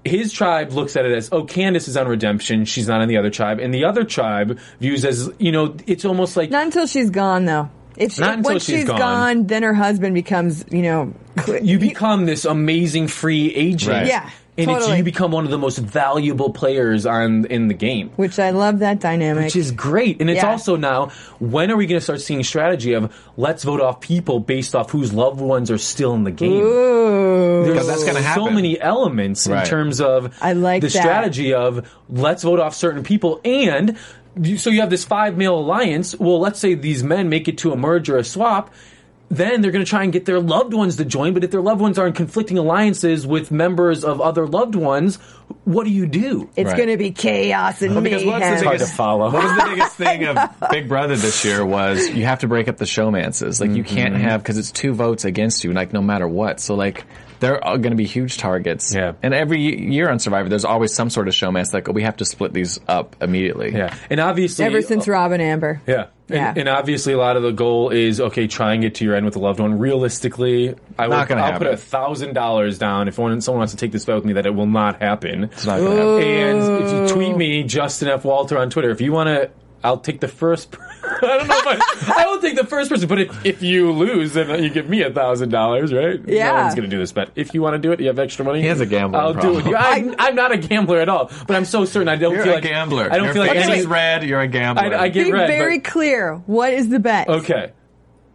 [SPEAKER 4] his tribe looks at it as, oh, Candace is on redemption; she's not on the other tribe, and the other tribe views as, you know, it's almost like
[SPEAKER 5] Not until she's gone, though. If she,
[SPEAKER 4] Not until
[SPEAKER 5] once
[SPEAKER 4] she's
[SPEAKER 5] she's
[SPEAKER 4] gone.
[SPEAKER 5] gone. then her husband becomes, you know,
[SPEAKER 4] you become this amazing free agent.
[SPEAKER 6] Right.
[SPEAKER 5] Yeah,
[SPEAKER 4] and it's,
[SPEAKER 5] totally.
[SPEAKER 4] you become one of the most valuable players on in the game.
[SPEAKER 5] which I love that dynamic.
[SPEAKER 4] which is great. And it's
[SPEAKER 5] Yeah.
[SPEAKER 4] also now, when are we going to start seeing strategy of let's vote off people based off whose loved ones are still in the game? There's
[SPEAKER 6] Because that's gonna
[SPEAKER 4] so
[SPEAKER 6] happen.
[SPEAKER 4] many elements in
[SPEAKER 6] Right.
[SPEAKER 4] terms of
[SPEAKER 5] I like
[SPEAKER 4] the
[SPEAKER 5] that.
[SPEAKER 4] strategy of let's vote off certain people and you- so you have this five male alliance. Well, let's say these men make it to a merge or a swap. Then they're going to try and get their loved ones to join, but if their loved ones are in conflicting alliances with members of other loved ones, what do you do?
[SPEAKER 5] it's
[SPEAKER 6] Right.
[SPEAKER 5] going to be chaos and
[SPEAKER 6] Because
[SPEAKER 5] mayhem.
[SPEAKER 6] what's the
[SPEAKER 4] hard to
[SPEAKER 6] biggest
[SPEAKER 4] follow.
[SPEAKER 6] What was the biggest thing of Big Brother this year was you have to break up the showmances. Like you
[SPEAKER 4] Mm-hmm.
[SPEAKER 6] can't have because it's two votes against you, like no matter what. So like they're going to be huge targets.
[SPEAKER 4] Yeah.
[SPEAKER 6] And every year on Survivor, there's always some sort of showmance. Like we have to split these up immediately.
[SPEAKER 4] Yeah, and obviously, uh,
[SPEAKER 5] Ever since Robin Amber.
[SPEAKER 4] oh. Yeah. And,
[SPEAKER 5] Yeah.
[SPEAKER 4] and obviously, a lot of the goal is okay, try and get to your end with a loved one. Realistically, I will,
[SPEAKER 6] Not gonna
[SPEAKER 4] I'll put a
[SPEAKER 6] happen.
[SPEAKER 4] thousand dollars down if one, someone wants to take this bet with me that it will not happen.
[SPEAKER 6] It's not going to happen.
[SPEAKER 4] And if you tweet me, Justin F. Walter on Twitter, if you want to, I'll take the first. Per- I don't know if I, I will take the first person, but if, if you lose, then you give me a thousand dollars, right?
[SPEAKER 5] Yeah.
[SPEAKER 4] No one's going to do this bet. If you want to do it, you have extra money.
[SPEAKER 6] He has a gambling
[SPEAKER 4] I'll do it. with you. I'm, I'm not a gambler at all, but I'm so certain I don't
[SPEAKER 6] You're
[SPEAKER 4] feel
[SPEAKER 6] a
[SPEAKER 4] like
[SPEAKER 6] gambler.
[SPEAKER 4] I don't
[SPEAKER 6] Your
[SPEAKER 4] feel like
[SPEAKER 6] face
[SPEAKER 4] any-
[SPEAKER 6] is red. You're a gambler.
[SPEAKER 4] I, I get
[SPEAKER 5] Be
[SPEAKER 4] red. but-
[SPEAKER 5] very clear. What is the bet?
[SPEAKER 4] Okay.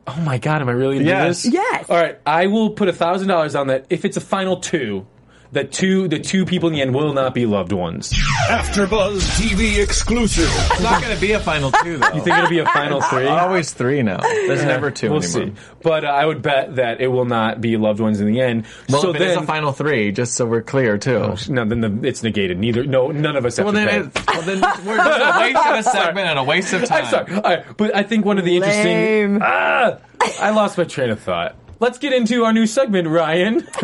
[SPEAKER 4] Oh my god, am I really doing
[SPEAKER 6] Yes.
[SPEAKER 4] this?
[SPEAKER 5] Yes.
[SPEAKER 4] All right, I will put a thousand dollars on that. If it's a final two, the two the two people in the end will not be loved ones. You
[SPEAKER 3] After Buzz TV exclusive.
[SPEAKER 6] it's not going to be a final two though. You
[SPEAKER 4] think it'll be a final three?
[SPEAKER 6] always three now? There's never 2
[SPEAKER 4] We'll see.
[SPEAKER 6] anymore.
[SPEAKER 4] But uh, I would bet that it will not be loved ones in the end.
[SPEAKER 6] Well,
[SPEAKER 4] so
[SPEAKER 6] if
[SPEAKER 4] then Oh,
[SPEAKER 6] it is a final three, just so we're clear too.
[SPEAKER 4] no, then the, it's negated. Neither, no, none of us have
[SPEAKER 6] well,
[SPEAKER 4] to
[SPEAKER 6] then
[SPEAKER 4] pay.
[SPEAKER 6] it, well, then we're just a waste of a segment and a waste of time.
[SPEAKER 4] I'm sorry. All right, but I think one of the interesting.
[SPEAKER 5] Lame.
[SPEAKER 4] Ah, I lost my train of thought. Let's get into our new segment, Ryan. What's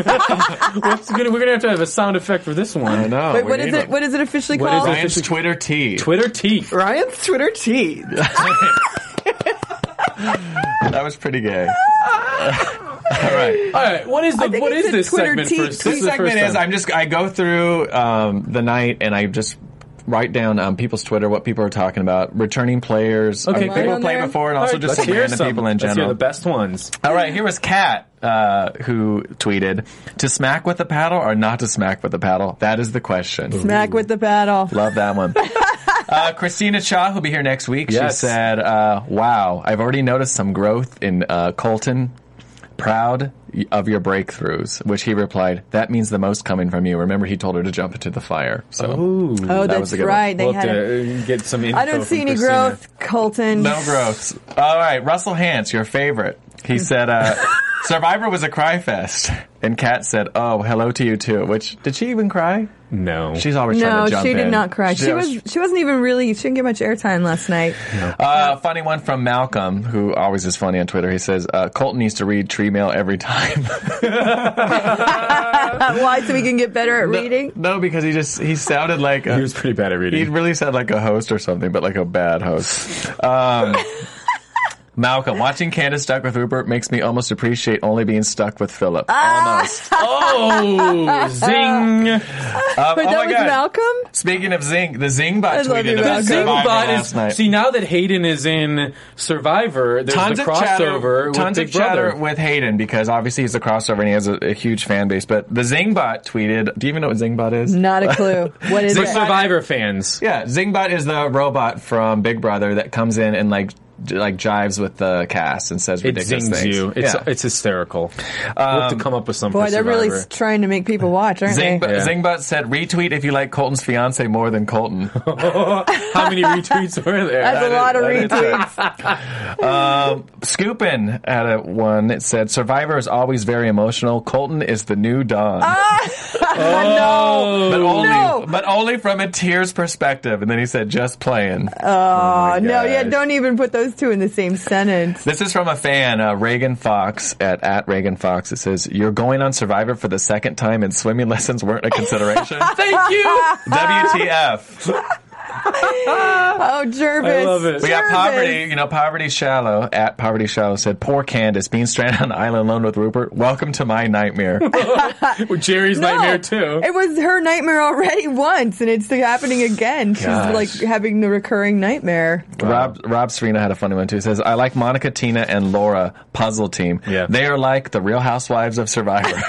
[SPEAKER 4] gonna- we're gonna have to have a sound effect for this one.
[SPEAKER 6] I know.
[SPEAKER 5] Wait,
[SPEAKER 6] we
[SPEAKER 5] what is
[SPEAKER 6] need
[SPEAKER 5] it? What is it officially
[SPEAKER 4] What is
[SPEAKER 5] called?
[SPEAKER 4] it?
[SPEAKER 6] Ryan's Twitter T.
[SPEAKER 4] Twitter teeth.
[SPEAKER 5] Ryan's Twitter teeth.
[SPEAKER 6] That was pretty gay. All right.
[SPEAKER 4] All right, what is the
[SPEAKER 5] I think
[SPEAKER 4] what
[SPEAKER 5] it's
[SPEAKER 4] is
[SPEAKER 5] a
[SPEAKER 4] this
[SPEAKER 5] Twitter
[SPEAKER 4] segment
[SPEAKER 5] teeth.
[SPEAKER 4] first?
[SPEAKER 6] This
[SPEAKER 4] is the
[SPEAKER 6] segment
[SPEAKER 4] first
[SPEAKER 6] is
[SPEAKER 4] time.
[SPEAKER 6] I'm just I go through um, the night and I just write down um, people's Twitter, what people are talking about, returning players,
[SPEAKER 4] Okay,
[SPEAKER 6] uh,
[SPEAKER 4] great.
[SPEAKER 6] people
[SPEAKER 5] Right on
[SPEAKER 6] played
[SPEAKER 5] there.
[SPEAKER 6] before, and
[SPEAKER 4] All
[SPEAKER 6] also
[SPEAKER 4] right,
[SPEAKER 6] just
[SPEAKER 4] let's
[SPEAKER 6] some
[SPEAKER 4] hear
[SPEAKER 6] random
[SPEAKER 4] some.
[SPEAKER 6] people in
[SPEAKER 4] Let's hear
[SPEAKER 6] general.
[SPEAKER 4] the best ones.
[SPEAKER 6] All right, here was Kat, uh, who tweeted, "To smack with a paddle or not to smack with a paddle? That is the question."
[SPEAKER 5] Smack with the paddle.
[SPEAKER 6] Love that one. Uh, Christina Cha, who'll be here next week,
[SPEAKER 4] Yes.
[SPEAKER 6] she said, uh, Wow, I've already noticed some growth in uh, Colton. Proud of your breakthroughs, which he replied, That means the most coming from you. Remember, he told her to jump into the fire. So,
[SPEAKER 5] Oh,
[SPEAKER 6] was
[SPEAKER 5] that's
[SPEAKER 6] a good one.
[SPEAKER 5] right. They
[SPEAKER 4] We'll
[SPEAKER 5] had.
[SPEAKER 4] have
[SPEAKER 5] A,
[SPEAKER 4] to uh, get some.
[SPEAKER 5] I don't
[SPEAKER 4] info
[SPEAKER 5] see
[SPEAKER 4] from
[SPEAKER 5] any
[SPEAKER 4] Christina.
[SPEAKER 5] growth, Colton.
[SPEAKER 6] no growths. All right, Russell Hance, your favorite. He said, uh, Survivor was a cry fest. And Kat said, Oh, hello to you too. Which, did she even cry?
[SPEAKER 4] No,
[SPEAKER 6] She's always trying
[SPEAKER 5] No,
[SPEAKER 6] to jump
[SPEAKER 5] she did
[SPEAKER 6] in.
[SPEAKER 5] not cry. She
[SPEAKER 6] always-
[SPEAKER 5] was she wasn't even really. She didn't get much airtime last night.
[SPEAKER 6] Uh, funny one from Malcolm, who always is funny on Twitter. He says, uh, Colton needs to read tree mail every time.
[SPEAKER 5] Why? So we can get better at reading.
[SPEAKER 6] no, Oh because he just, he sounded like a,
[SPEAKER 4] he was pretty bad at
[SPEAKER 6] he
[SPEAKER 4] reading.
[SPEAKER 6] really sounded like a host or something, but like a bad host. Um, Malcolm, watching Candace stuck with Rupert makes me almost appreciate only being stuck with Philip.
[SPEAKER 5] Ah,
[SPEAKER 6] Almost. Um,
[SPEAKER 4] oh, zing!
[SPEAKER 6] oh
[SPEAKER 5] But
[SPEAKER 6] my
[SPEAKER 5] that was
[SPEAKER 6] God.
[SPEAKER 5] Malcolm.
[SPEAKER 6] Speaking of Zing, the Zing bot
[SPEAKER 5] I love
[SPEAKER 6] tweeted
[SPEAKER 5] you,
[SPEAKER 6] about
[SPEAKER 5] Malcolm.
[SPEAKER 4] Zing
[SPEAKER 6] Survivor
[SPEAKER 4] bot
[SPEAKER 6] last
[SPEAKER 4] is
[SPEAKER 6] night.
[SPEAKER 4] see now that Hayden is in Survivor. There's
[SPEAKER 6] tons
[SPEAKER 4] the
[SPEAKER 6] of
[SPEAKER 4] crossover
[SPEAKER 6] chatter,
[SPEAKER 4] with
[SPEAKER 6] tons
[SPEAKER 4] Big
[SPEAKER 6] of
[SPEAKER 4] Brother.
[SPEAKER 6] chatter with Hayden because obviously he's a crossover and he has a, a huge fan base. But the Zingbot tweeted, "Do you even know what Zingbot is?"
[SPEAKER 5] Not a clue. What is
[SPEAKER 4] They're
[SPEAKER 5] it?
[SPEAKER 4] Survivor fans.
[SPEAKER 6] Yeah, Zingbot is the robot from Big Brother that comes in and like j- like jives with the cast and says
[SPEAKER 4] It
[SPEAKER 6] ridiculous
[SPEAKER 4] zings
[SPEAKER 6] things.
[SPEAKER 4] you. It's
[SPEAKER 6] yeah.
[SPEAKER 4] it's hysterical. we'll have to come up with some.
[SPEAKER 5] Boy,
[SPEAKER 4] for
[SPEAKER 5] they're really
[SPEAKER 4] Survivor.
[SPEAKER 5] s- trying to make people watch, aren't
[SPEAKER 6] Zing,
[SPEAKER 5] they?
[SPEAKER 4] Yeah.
[SPEAKER 6] Zingbot said, "Retweet if you like Colton's fiance more than Colton."
[SPEAKER 4] How many retweets were there?
[SPEAKER 5] That's a lot of
[SPEAKER 6] that is right.
[SPEAKER 5] retweets.
[SPEAKER 6] um, Scoopin had a one. It said, "Survivor is always very emotional. Colton is the new Don."
[SPEAKER 5] Oh, no.
[SPEAKER 6] But only,
[SPEAKER 5] No.
[SPEAKER 6] but only from a tears perspective. And then he said, "Just playing."
[SPEAKER 5] Oh, no, yeah,
[SPEAKER 6] gosh.
[SPEAKER 5] don't even put those two in the same sentence.
[SPEAKER 6] This is from a fan, uh, Reagan Fox at at Reagan Fox. It says, "You're going on Survivor for the second time, and swimming lessons weren't a consideration."
[SPEAKER 8] Thank you.
[SPEAKER 6] WTF?
[SPEAKER 5] Oh, Jervis.
[SPEAKER 4] I love it.
[SPEAKER 6] We got
[SPEAKER 5] Jervis.
[SPEAKER 6] poverty. You know, poverty shallow at poverty shallow said, "Poor Candace being stranded on an island alone with Rupert. Welcome to my nightmare."
[SPEAKER 4] With Jerry's
[SPEAKER 5] No,
[SPEAKER 4] nightmare too.
[SPEAKER 5] It was her nightmare already once, and it's happening again. She's
[SPEAKER 6] Gosh.
[SPEAKER 5] like having the recurring nightmare.
[SPEAKER 6] Rob Rob Serena had a funny one too. It says, "I like Monica, Tina, and Laura puzzle team.
[SPEAKER 4] Yeah.
[SPEAKER 6] They are like the Real Housewives of Survivor."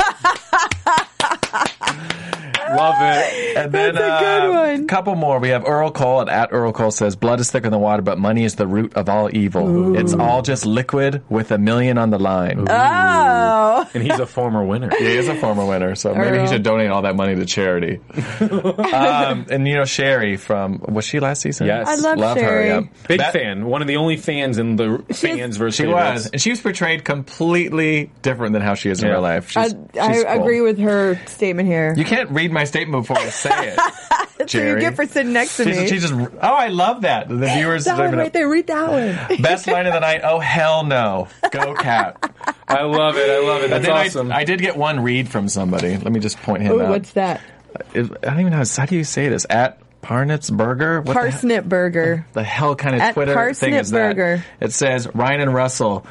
[SPEAKER 4] Love it.
[SPEAKER 6] And then
[SPEAKER 5] That's a good
[SPEAKER 6] uh,
[SPEAKER 5] one.
[SPEAKER 6] couple more. We have Earl Cole, and at Earl Cole says, "Blood is thicker than water, but money is the root of all evil. It's all just liquid with a million on the line."
[SPEAKER 5] Oh,
[SPEAKER 4] And he's a former winner.
[SPEAKER 6] He is a former winner, so maybe he
[SPEAKER 5] Earl.
[SPEAKER 6] should donate all that money to charity. um, and you know Sherry from was she last season?
[SPEAKER 4] Yes. I
[SPEAKER 5] love Sherry.
[SPEAKER 4] Big
[SPEAKER 6] That-
[SPEAKER 4] fan. One of the only fans in the fans versus
[SPEAKER 6] She was, and she was portrayed completely different than how she is in
[SPEAKER 4] Yeah.
[SPEAKER 6] real life.
[SPEAKER 5] I,
[SPEAKER 6] She's,
[SPEAKER 5] I
[SPEAKER 6] she's cool.
[SPEAKER 5] agree with her statement here.
[SPEAKER 6] You can't read my statement before I say it.
[SPEAKER 5] That's what you
[SPEAKER 6] Jerry.
[SPEAKER 5] get for sitting next to me.
[SPEAKER 6] She's, she's just oh, I love that. The viewers
[SPEAKER 5] that
[SPEAKER 6] don't
[SPEAKER 5] one
[SPEAKER 6] even
[SPEAKER 5] right
[SPEAKER 6] know.
[SPEAKER 5] there. Read that one.
[SPEAKER 6] Best line of the night. Oh hell no, go cat.
[SPEAKER 4] I love it. I love it. That's
[SPEAKER 6] Then I-
[SPEAKER 4] awesome.
[SPEAKER 6] I, did get one read from somebody. Let me just point him
[SPEAKER 5] Ooh,
[SPEAKER 6] out.
[SPEAKER 5] Oh, what's that?
[SPEAKER 6] It- I don't even know. how- How do you say this? At Parnitz Burger. What the hell-
[SPEAKER 5] Parsnip burger.
[SPEAKER 6] the hell kind of
[SPEAKER 5] At
[SPEAKER 6] Twitter
[SPEAKER 5] Parsnip
[SPEAKER 6] thing is that?
[SPEAKER 5] Burger.
[SPEAKER 6] It says Ryan and Russell.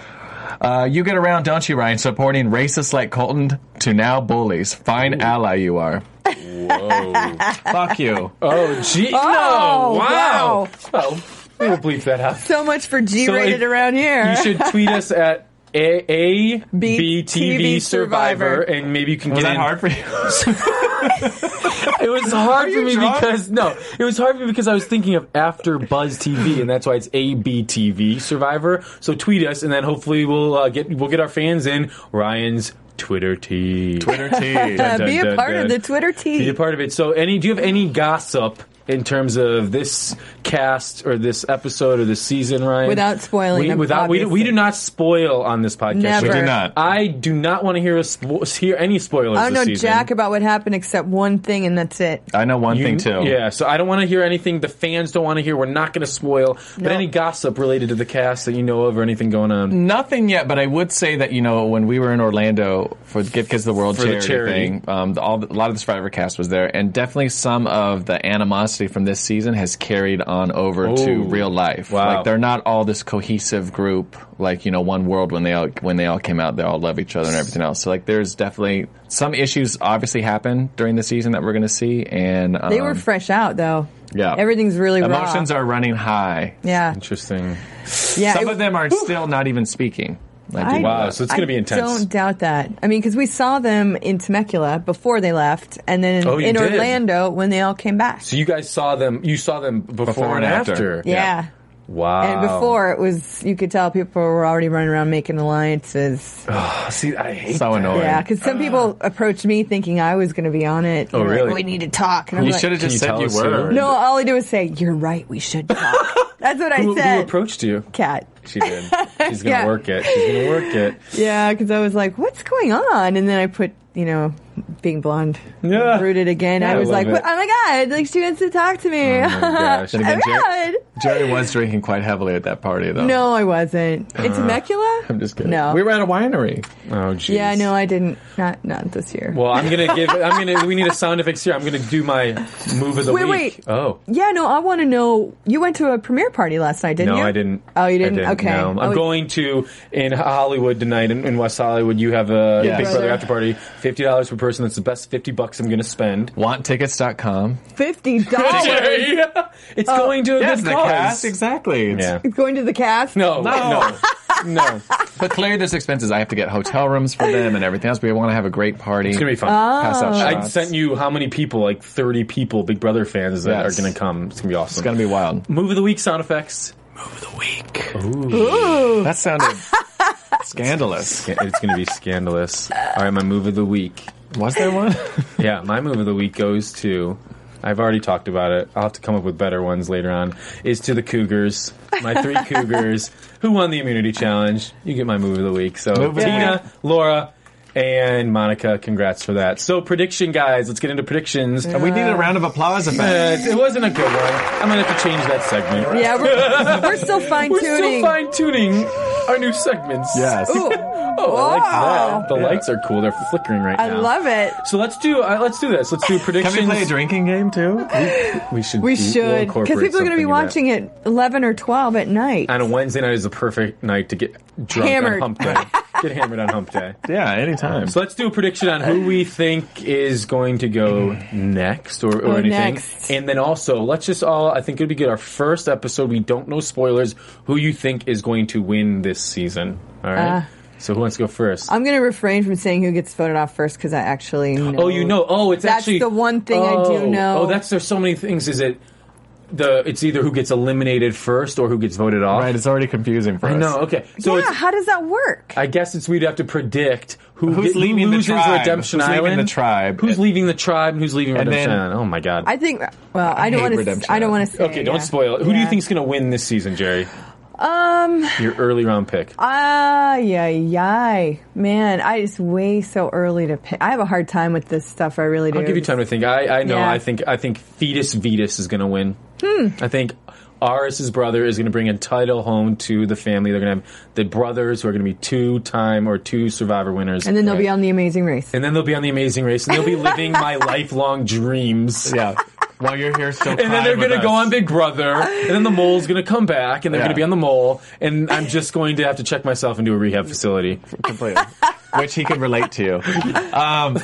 [SPEAKER 6] Uh, you get around, don't you, Ryan? Supporting racists like Colton to now bullies. Fine ally you are. Whoa! Fuck you.
[SPEAKER 4] oh, gee.
[SPEAKER 5] Oh,
[SPEAKER 4] no. Wow.
[SPEAKER 5] wow.
[SPEAKER 4] Well, we will bleep that out.
[SPEAKER 5] So much for
[SPEAKER 4] So if-
[SPEAKER 5] G-rated around here.
[SPEAKER 4] You should tweet us at a a
[SPEAKER 5] B-
[SPEAKER 4] b TV
[SPEAKER 5] TV
[SPEAKER 4] Survivor,
[SPEAKER 5] Survivor.
[SPEAKER 4] and maybe you can
[SPEAKER 6] Was
[SPEAKER 4] get
[SPEAKER 6] that
[SPEAKER 4] in.
[SPEAKER 6] hard for you?
[SPEAKER 4] It was hard for
[SPEAKER 6] you
[SPEAKER 4] me
[SPEAKER 6] drunk?
[SPEAKER 4] because no, it was hard for me because I was thinking of after Buzz TV, and that's why it's a b TV Survivor. So tweet us, and then hopefully we'll uh, get we'll get our fans in Ryan's Twitter tea.
[SPEAKER 6] Twitter tea.
[SPEAKER 5] Uh, be
[SPEAKER 4] dun,
[SPEAKER 5] a
[SPEAKER 4] dun,
[SPEAKER 5] part
[SPEAKER 4] dun.
[SPEAKER 5] of the Twitter team.
[SPEAKER 4] Be a part of it. So, any do you have any gossip in terms of this cast or this episode or this season, Ryan?
[SPEAKER 5] Without spoiling
[SPEAKER 4] we,
[SPEAKER 5] them,
[SPEAKER 4] without we, we
[SPEAKER 5] obviously.
[SPEAKER 4] do not spoil on this podcast.
[SPEAKER 5] Never. We do
[SPEAKER 6] not.
[SPEAKER 4] I do not want to hear a spo- hear any spoilers.
[SPEAKER 5] I don't
[SPEAKER 4] this
[SPEAKER 5] know
[SPEAKER 4] season.
[SPEAKER 5] Oh, jack about what happened except one thing, and that's it.
[SPEAKER 6] I know one
[SPEAKER 4] You-
[SPEAKER 6] thing too.
[SPEAKER 4] Yeah, so I don't want to hear anything. The fans don't want to hear. We're not going to spoil. But
[SPEAKER 5] No.
[SPEAKER 4] any gossip related to the cast that you know of or anything going on?
[SPEAKER 6] Nothing yet, but I would say that you know when we were in Orlando for the Give Kids the World
[SPEAKER 4] For the
[SPEAKER 6] charity,
[SPEAKER 4] charity.
[SPEAKER 6] thing, um, the, all the, a lot of the Survivor cast was there, and definitely some of the animosity from this season has carried on over
[SPEAKER 4] Ooh.
[SPEAKER 6] to real life.
[SPEAKER 4] Wow.
[SPEAKER 6] Like they're not all this cohesive group, like you know one world when they all when they all came out, they all love each other and everything else. So like there's definitely some issues obviously happened during the season that we're going to see, and um,
[SPEAKER 5] They were fresh out though.
[SPEAKER 6] yeah,
[SPEAKER 5] everything's really raw.
[SPEAKER 6] emotions are running high.
[SPEAKER 5] Yeah,
[SPEAKER 4] Interesting.
[SPEAKER 5] yeah.
[SPEAKER 6] some
[SPEAKER 5] it-
[SPEAKER 6] of them are still not even speaking. I do
[SPEAKER 5] I-
[SPEAKER 6] know
[SPEAKER 4] Wow,
[SPEAKER 6] that.
[SPEAKER 4] so it's going to
[SPEAKER 5] I
[SPEAKER 4] be intense.
[SPEAKER 5] Don't doubt that. I mean, because we saw them in Temecula before they left, and then in,
[SPEAKER 4] Oh, you
[SPEAKER 5] in
[SPEAKER 4] did.
[SPEAKER 5] Orlando when they all came back.
[SPEAKER 4] So you guys saw them. You saw them before, and after.
[SPEAKER 5] yeah.
[SPEAKER 4] Wow.
[SPEAKER 5] And before it was, you could tell people were already running around making alliances.
[SPEAKER 4] Ah, see, I hate
[SPEAKER 6] so annoying.
[SPEAKER 5] Yeah, because some people approached me thinking I was going to be on it.
[SPEAKER 4] Ah. Oh,
[SPEAKER 5] They're like,
[SPEAKER 4] really?
[SPEAKER 5] we need to talk. And I'm
[SPEAKER 6] You
[SPEAKER 5] like,
[SPEAKER 6] should have
[SPEAKER 4] Can
[SPEAKER 6] just
[SPEAKER 4] you
[SPEAKER 6] said
[SPEAKER 4] tell
[SPEAKER 6] you
[SPEAKER 4] us
[SPEAKER 6] were.
[SPEAKER 4] who?
[SPEAKER 5] No, all I do is say, "You're right. We should talk." That's what I
[SPEAKER 4] Who, who
[SPEAKER 5] said.
[SPEAKER 4] approached you?
[SPEAKER 5] Cat.
[SPEAKER 4] She did. She's gonna
[SPEAKER 5] Yeah.
[SPEAKER 4] work it. She's gonna work it.
[SPEAKER 5] Yeah, because I was like, "What's going on?" And then I put, you know, being blonde,
[SPEAKER 4] Yeah.
[SPEAKER 5] rooted again.
[SPEAKER 4] Yeah, I
[SPEAKER 5] I was
[SPEAKER 4] love
[SPEAKER 5] like,
[SPEAKER 4] it.
[SPEAKER 5] "Oh my god! Like she wants to talk to me."
[SPEAKER 4] Oh my gosh.
[SPEAKER 5] Oh
[SPEAKER 4] And
[SPEAKER 5] my
[SPEAKER 4] again, Jer-
[SPEAKER 5] God.
[SPEAKER 6] Jerry was drinking quite heavily at that party, though.
[SPEAKER 5] No, I wasn't. In
[SPEAKER 4] Uh,
[SPEAKER 5] Temecula?
[SPEAKER 6] I'm just kidding.
[SPEAKER 5] No.
[SPEAKER 6] we were at a winery.
[SPEAKER 4] Oh, geez.
[SPEAKER 5] yeah, no, I didn't. Not not this year.
[SPEAKER 4] Well, I'm gonna give. I'm gonna. We need a sound effects here. I'm gonna do my move of the
[SPEAKER 5] Wait,
[SPEAKER 4] week.
[SPEAKER 5] wait.
[SPEAKER 4] Oh.
[SPEAKER 5] yeah, no, I want to know. You went to a premiere party last night, didn't
[SPEAKER 4] No,
[SPEAKER 5] you?
[SPEAKER 4] I didn't.
[SPEAKER 5] Oh, you
[SPEAKER 4] I
[SPEAKER 5] didn't. okay,
[SPEAKER 4] no. I'm
[SPEAKER 5] Oh,
[SPEAKER 4] going to in Hollywood tonight in, in West Hollywood. You have a
[SPEAKER 6] Yes.
[SPEAKER 4] Big Brother
[SPEAKER 5] Brother.
[SPEAKER 4] after party. Fifty dollars per person. That's the best fifty bucks I'm going to spend.
[SPEAKER 6] Wanttickets.com.
[SPEAKER 5] Fifty dollars.
[SPEAKER 4] it's going to a
[SPEAKER 6] Yes,
[SPEAKER 4] good
[SPEAKER 6] the
[SPEAKER 4] cause.
[SPEAKER 6] cast. Exactly. It's-
[SPEAKER 4] Yeah.
[SPEAKER 5] going to the cast.
[SPEAKER 4] No.
[SPEAKER 6] No.
[SPEAKER 4] No. no.
[SPEAKER 6] But clearly, there's expenses. I have to get hotel rooms for them and everything else. We want to have a great party.
[SPEAKER 4] It's gonna be fun.
[SPEAKER 5] Oh.
[SPEAKER 6] Pass out
[SPEAKER 4] I
[SPEAKER 6] shots.
[SPEAKER 4] sent you how many people, like 30 people, Big Brother fans that
[SPEAKER 6] Yes.
[SPEAKER 4] are going to come. It's going to be awesome.
[SPEAKER 6] It's gonna be wild.
[SPEAKER 4] Move of the week sound effects.
[SPEAKER 6] That sounded scandalous.
[SPEAKER 4] Yeah, it's going to be scandalous. All right, my move of the week.
[SPEAKER 6] Was there one?
[SPEAKER 4] Yeah, my move of the week goes to. I've already talked about it. I'll have to come up with better ones later on. Is to the Cougars, my three Cougars, who won the immunity challenge. You get my move of the week. So
[SPEAKER 6] Move of the
[SPEAKER 4] Tina, Laura, And Monica, congrats for that. So prediction, guys. Let's get into predictions.
[SPEAKER 6] And we need a round of applause if that.
[SPEAKER 4] Uh, it wasn't a good one. I'm gonna have to change that segment.
[SPEAKER 5] Yeah, we're, we're still fine
[SPEAKER 4] We're still
[SPEAKER 5] tuning.
[SPEAKER 4] fine tuning our new segments.
[SPEAKER 6] Yes.
[SPEAKER 4] Oh, I like
[SPEAKER 5] Wow.
[SPEAKER 4] that. The lights are cool. They're flickering right
[SPEAKER 5] I
[SPEAKER 4] now.
[SPEAKER 5] love it.
[SPEAKER 4] So let's do uh, let's do this. Let's do predictions.
[SPEAKER 6] Can we play a drinking game too?
[SPEAKER 4] We should.
[SPEAKER 5] We
[SPEAKER 4] do- we'll
[SPEAKER 5] should because
[SPEAKER 4] incorporate
[SPEAKER 5] people are
[SPEAKER 4] something
[SPEAKER 5] going to be
[SPEAKER 4] in that.
[SPEAKER 5] watching it eleven or twelve at night.
[SPEAKER 4] On a Wednesday night is the perfect night to get drunk
[SPEAKER 5] Hammered.
[SPEAKER 4] on hump day. get hammered on hump day.
[SPEAKER 6] Yeah, anytime.
[SPEAKER 4] So let's do a prediction on who we think is going to go next or, or
[SPEAKER 5] Go
[SPEAKER 4] anything.
[SPEAKER 5] next.
[SPEAKER 4] And then also, let's just all, I think it'd be good, our first episode, we don't know spoilers, who you think is going to win this season. All right? so who wants to go 1st
[SPEAKER 5] Uh, I'm going to refrain from saying who gets voted off first because I actually know.
[SPEAKER 4] oh, you know. Oh, it's
[SPEAKER 5] That's
[SPEAKER 4] actually.
[SPEAKER 5] the one thing I do
[SPEAKER 4] Oh,
[SPEAKER 5] know.
[SPEAKER 4] Oh, that's, there's so many things. Is it the, it's either who gets eliminated first or who gets voted off.
[SPEAKER 6] Right, it's already confusing for us.
[SPEAKER 4] No, okay. So
[SPEAKER 5] yeah,
[SPEAKER 4] it's,
[SPEAKER 5] how does that work?
[SPEAKER 4] I guess it's we'd have to predict who
[SPEAKER 6] Who's
[SPEAKER 4] get- who
[SPEAKER 6] leaving the
[SPEAKER 4] loses
[SPEAKER 6] tribe?
[SPEAKER 4] Redemption
[SPEAKER 6] Who's
[SPEAKER 4] Island,
[SPEAKER 6] leaving the tribe?
[SPEAKER 4] who's leaving the tribe, and who's leaving
[SPEAKER 6] And
[SPEAKER 4] Redemption
[SPEAKER 6] then-
[SPEAKER 4] Island. Oh my god!
[SPEAKER 5] I think. Well, I don't
[SPEAKER 6] hate
[SPEAKER 5] want
[SPEAKER 6] Redemption
[SPEAKER 5] to. I don't want to.
[SPEAKER 4] okay, don't spoil it. Who do you think's going to win this season, Jerry?
[SPEAKER 5] Um.
[SPEAKER 4] Your early round pick.
[SPEAKER 5] Ah, yeah, yeah. Man, I just way so early to pick. I have a hard time with this stuff. I really do.
[SPEAKER 4] I'll give you time to think. I, I know.
[SPEAKER 5] Yeah. Hmm.
[SPEAKER 4] I think. I think Fetus Vetus is going to win. I think Aris's brother is going to bring a title home to the family. They're going to have the brothers who are going to be two time or two Survivor winners,
[SPEAKER 5] And then they'll be on the Amazing Race.
[SPEAKER 4] and then they'll be on the Amazing Race, and they'll be living my lifelong dreams.
[SPEAKER 6] Yeah. While you're here,
[SPEAKER 4] And
[SPEAKER 6] still.
[SPEAKER 4] then they're
[SPEAKER 6] going to
[SPEAKER 4] go on Big Brother, and then the mole's going to come back, and they're
[SPEAKER 6] Yeah.
[SPEAKER 4] going to be on the mole, and I'm just going to have to check myself into a rehab facility.
[SPEAKER 6] completely, which he can relate to. Um,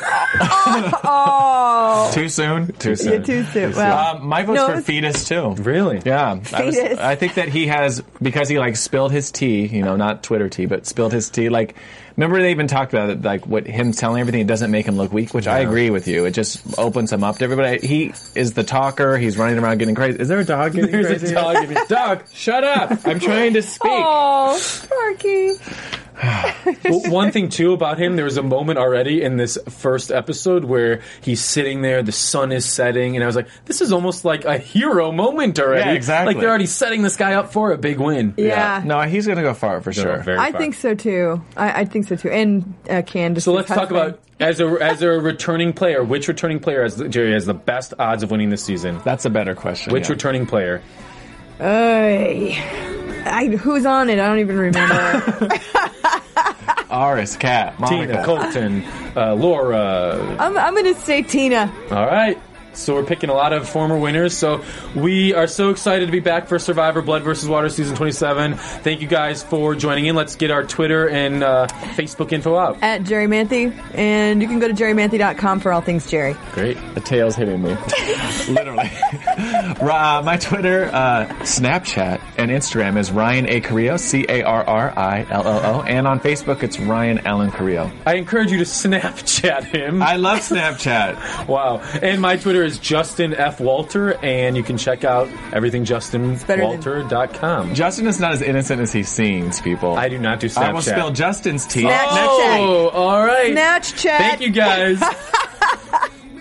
[SPEAKER 5] Oh,
[SPEAKER 6] too soon. Too soon.
[SPEAKER 5] you're too soon. Well,
[SPEAKER 6] Um, my vote's
[SPEAKER 5] No,
[SPEAKER 6] for
[SPEAKER 5] it's-
[SPEAKER 6] fetus too.
[SPEAKER 4] Really?
[SPEAKER 6] Yeah, I, was-
[SPEAKER 5] Fetus.
[SPEAKER 6] I think that he has because he like spilled his tea. You know, not Twitter tea, but spilled his tea. Like, remember they even talked about it. Like, what him telling everything it doesn't make him look weak, which I agree with you. It just opens him up to everybody. He is the talker. He's running around getting crazy. Is there a dog? Getting
[SPEAKER 4] There's
[SPEAKER 6] crazy?
[SPEAKER 4] a dog. in me. dog, shut up! I'm trying to speak. Um,
[SPEAKER 5] oh, Sparky.
[SPEAKER 4] Well, one thing too about him, there was a moment already in this first episode where he's sitting there, the sun is setting, and I was like, this is almost like a hero moment already.
[SPEAKER 6] Yeah, exactly.
[SPEAKER 4] Like they're already setting this guy up for a big win.
[SPEAKER 5] Yeah.
[SPEAKER 6] No, he's gonna go far for
[SPEAKER 4] They're
[SPEAKER 6] sure.
[SPEAKER 4] very
[SPEAKER 5] I
[SPEAKER 4] far.
[SPEAKER 5] think so too. I, I think so too. And uh, Candace.
[SPEAKER 4] So let's talk about as a as a returning player, which returning player has the, Jerry has the best odds of winning this season?
[SPEAKER 6] That's a better question.
[SPEAKER 4] Which
[SPEAKER 6] yeah.
[SPEAKER 4] returning player?
[SPEAKER 5] Ay. I, who's on it? I don't even remember.
[SPEAKER 6] Aris, Cat, Monica.
[SPEAKER 4] Tina, Colton, uh, Laura.
[SPEAKER 5] I'm, I'm going to say Tina.
[SPEAKER 4] All right. So we're picking a lot of former winners. So we are so excited to be back for Survivor Blood versus Water season 27. Thank you guys for joining in. Let's get our Twitter and uh, Facebook info out.
[SPEAKER 5] At Jerry Manthe. And you can go to jerrymanthe.com for all things Jerry.
[SPEAKER 4] Great.
[SPEAKER 6] The tail's hitting me. Literally. Ra- uh, my Twitter, uh, Snapchat, and Instagram is Ryan A. Carrillo, C A R R I L L O. And on Facebook, it's Ryan Allen Carrillo.
[SPEAKER 4] I encourage you to Snapchat him.
[SPEAKER 6] I love Snapchat.
[SPEAKER 4] wow. And my Twitter is Justin F Walter, and you can check out everythingjustinwalter.com.
[SPEAKER 6] Justin is not as innocent as he seems, people.
[SPEAKER 4] I do not do Snapchat.
[SPEAKER 6] I will spell Justin's T.
[SPEAKER 4] Oh, all right.
[SPEAKER 5] Snapchat.
[SPEAKER 4] Thank you guys.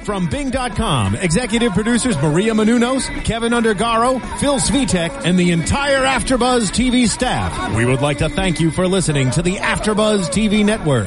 [SPEAKER 3] From Bing.com, executive producers Maria Manunos, Kevin Undergaro, Phil Svitek, and the entire Afterbuzz TV staff. We would like to thank you for listening to the Afterbuzz TV network.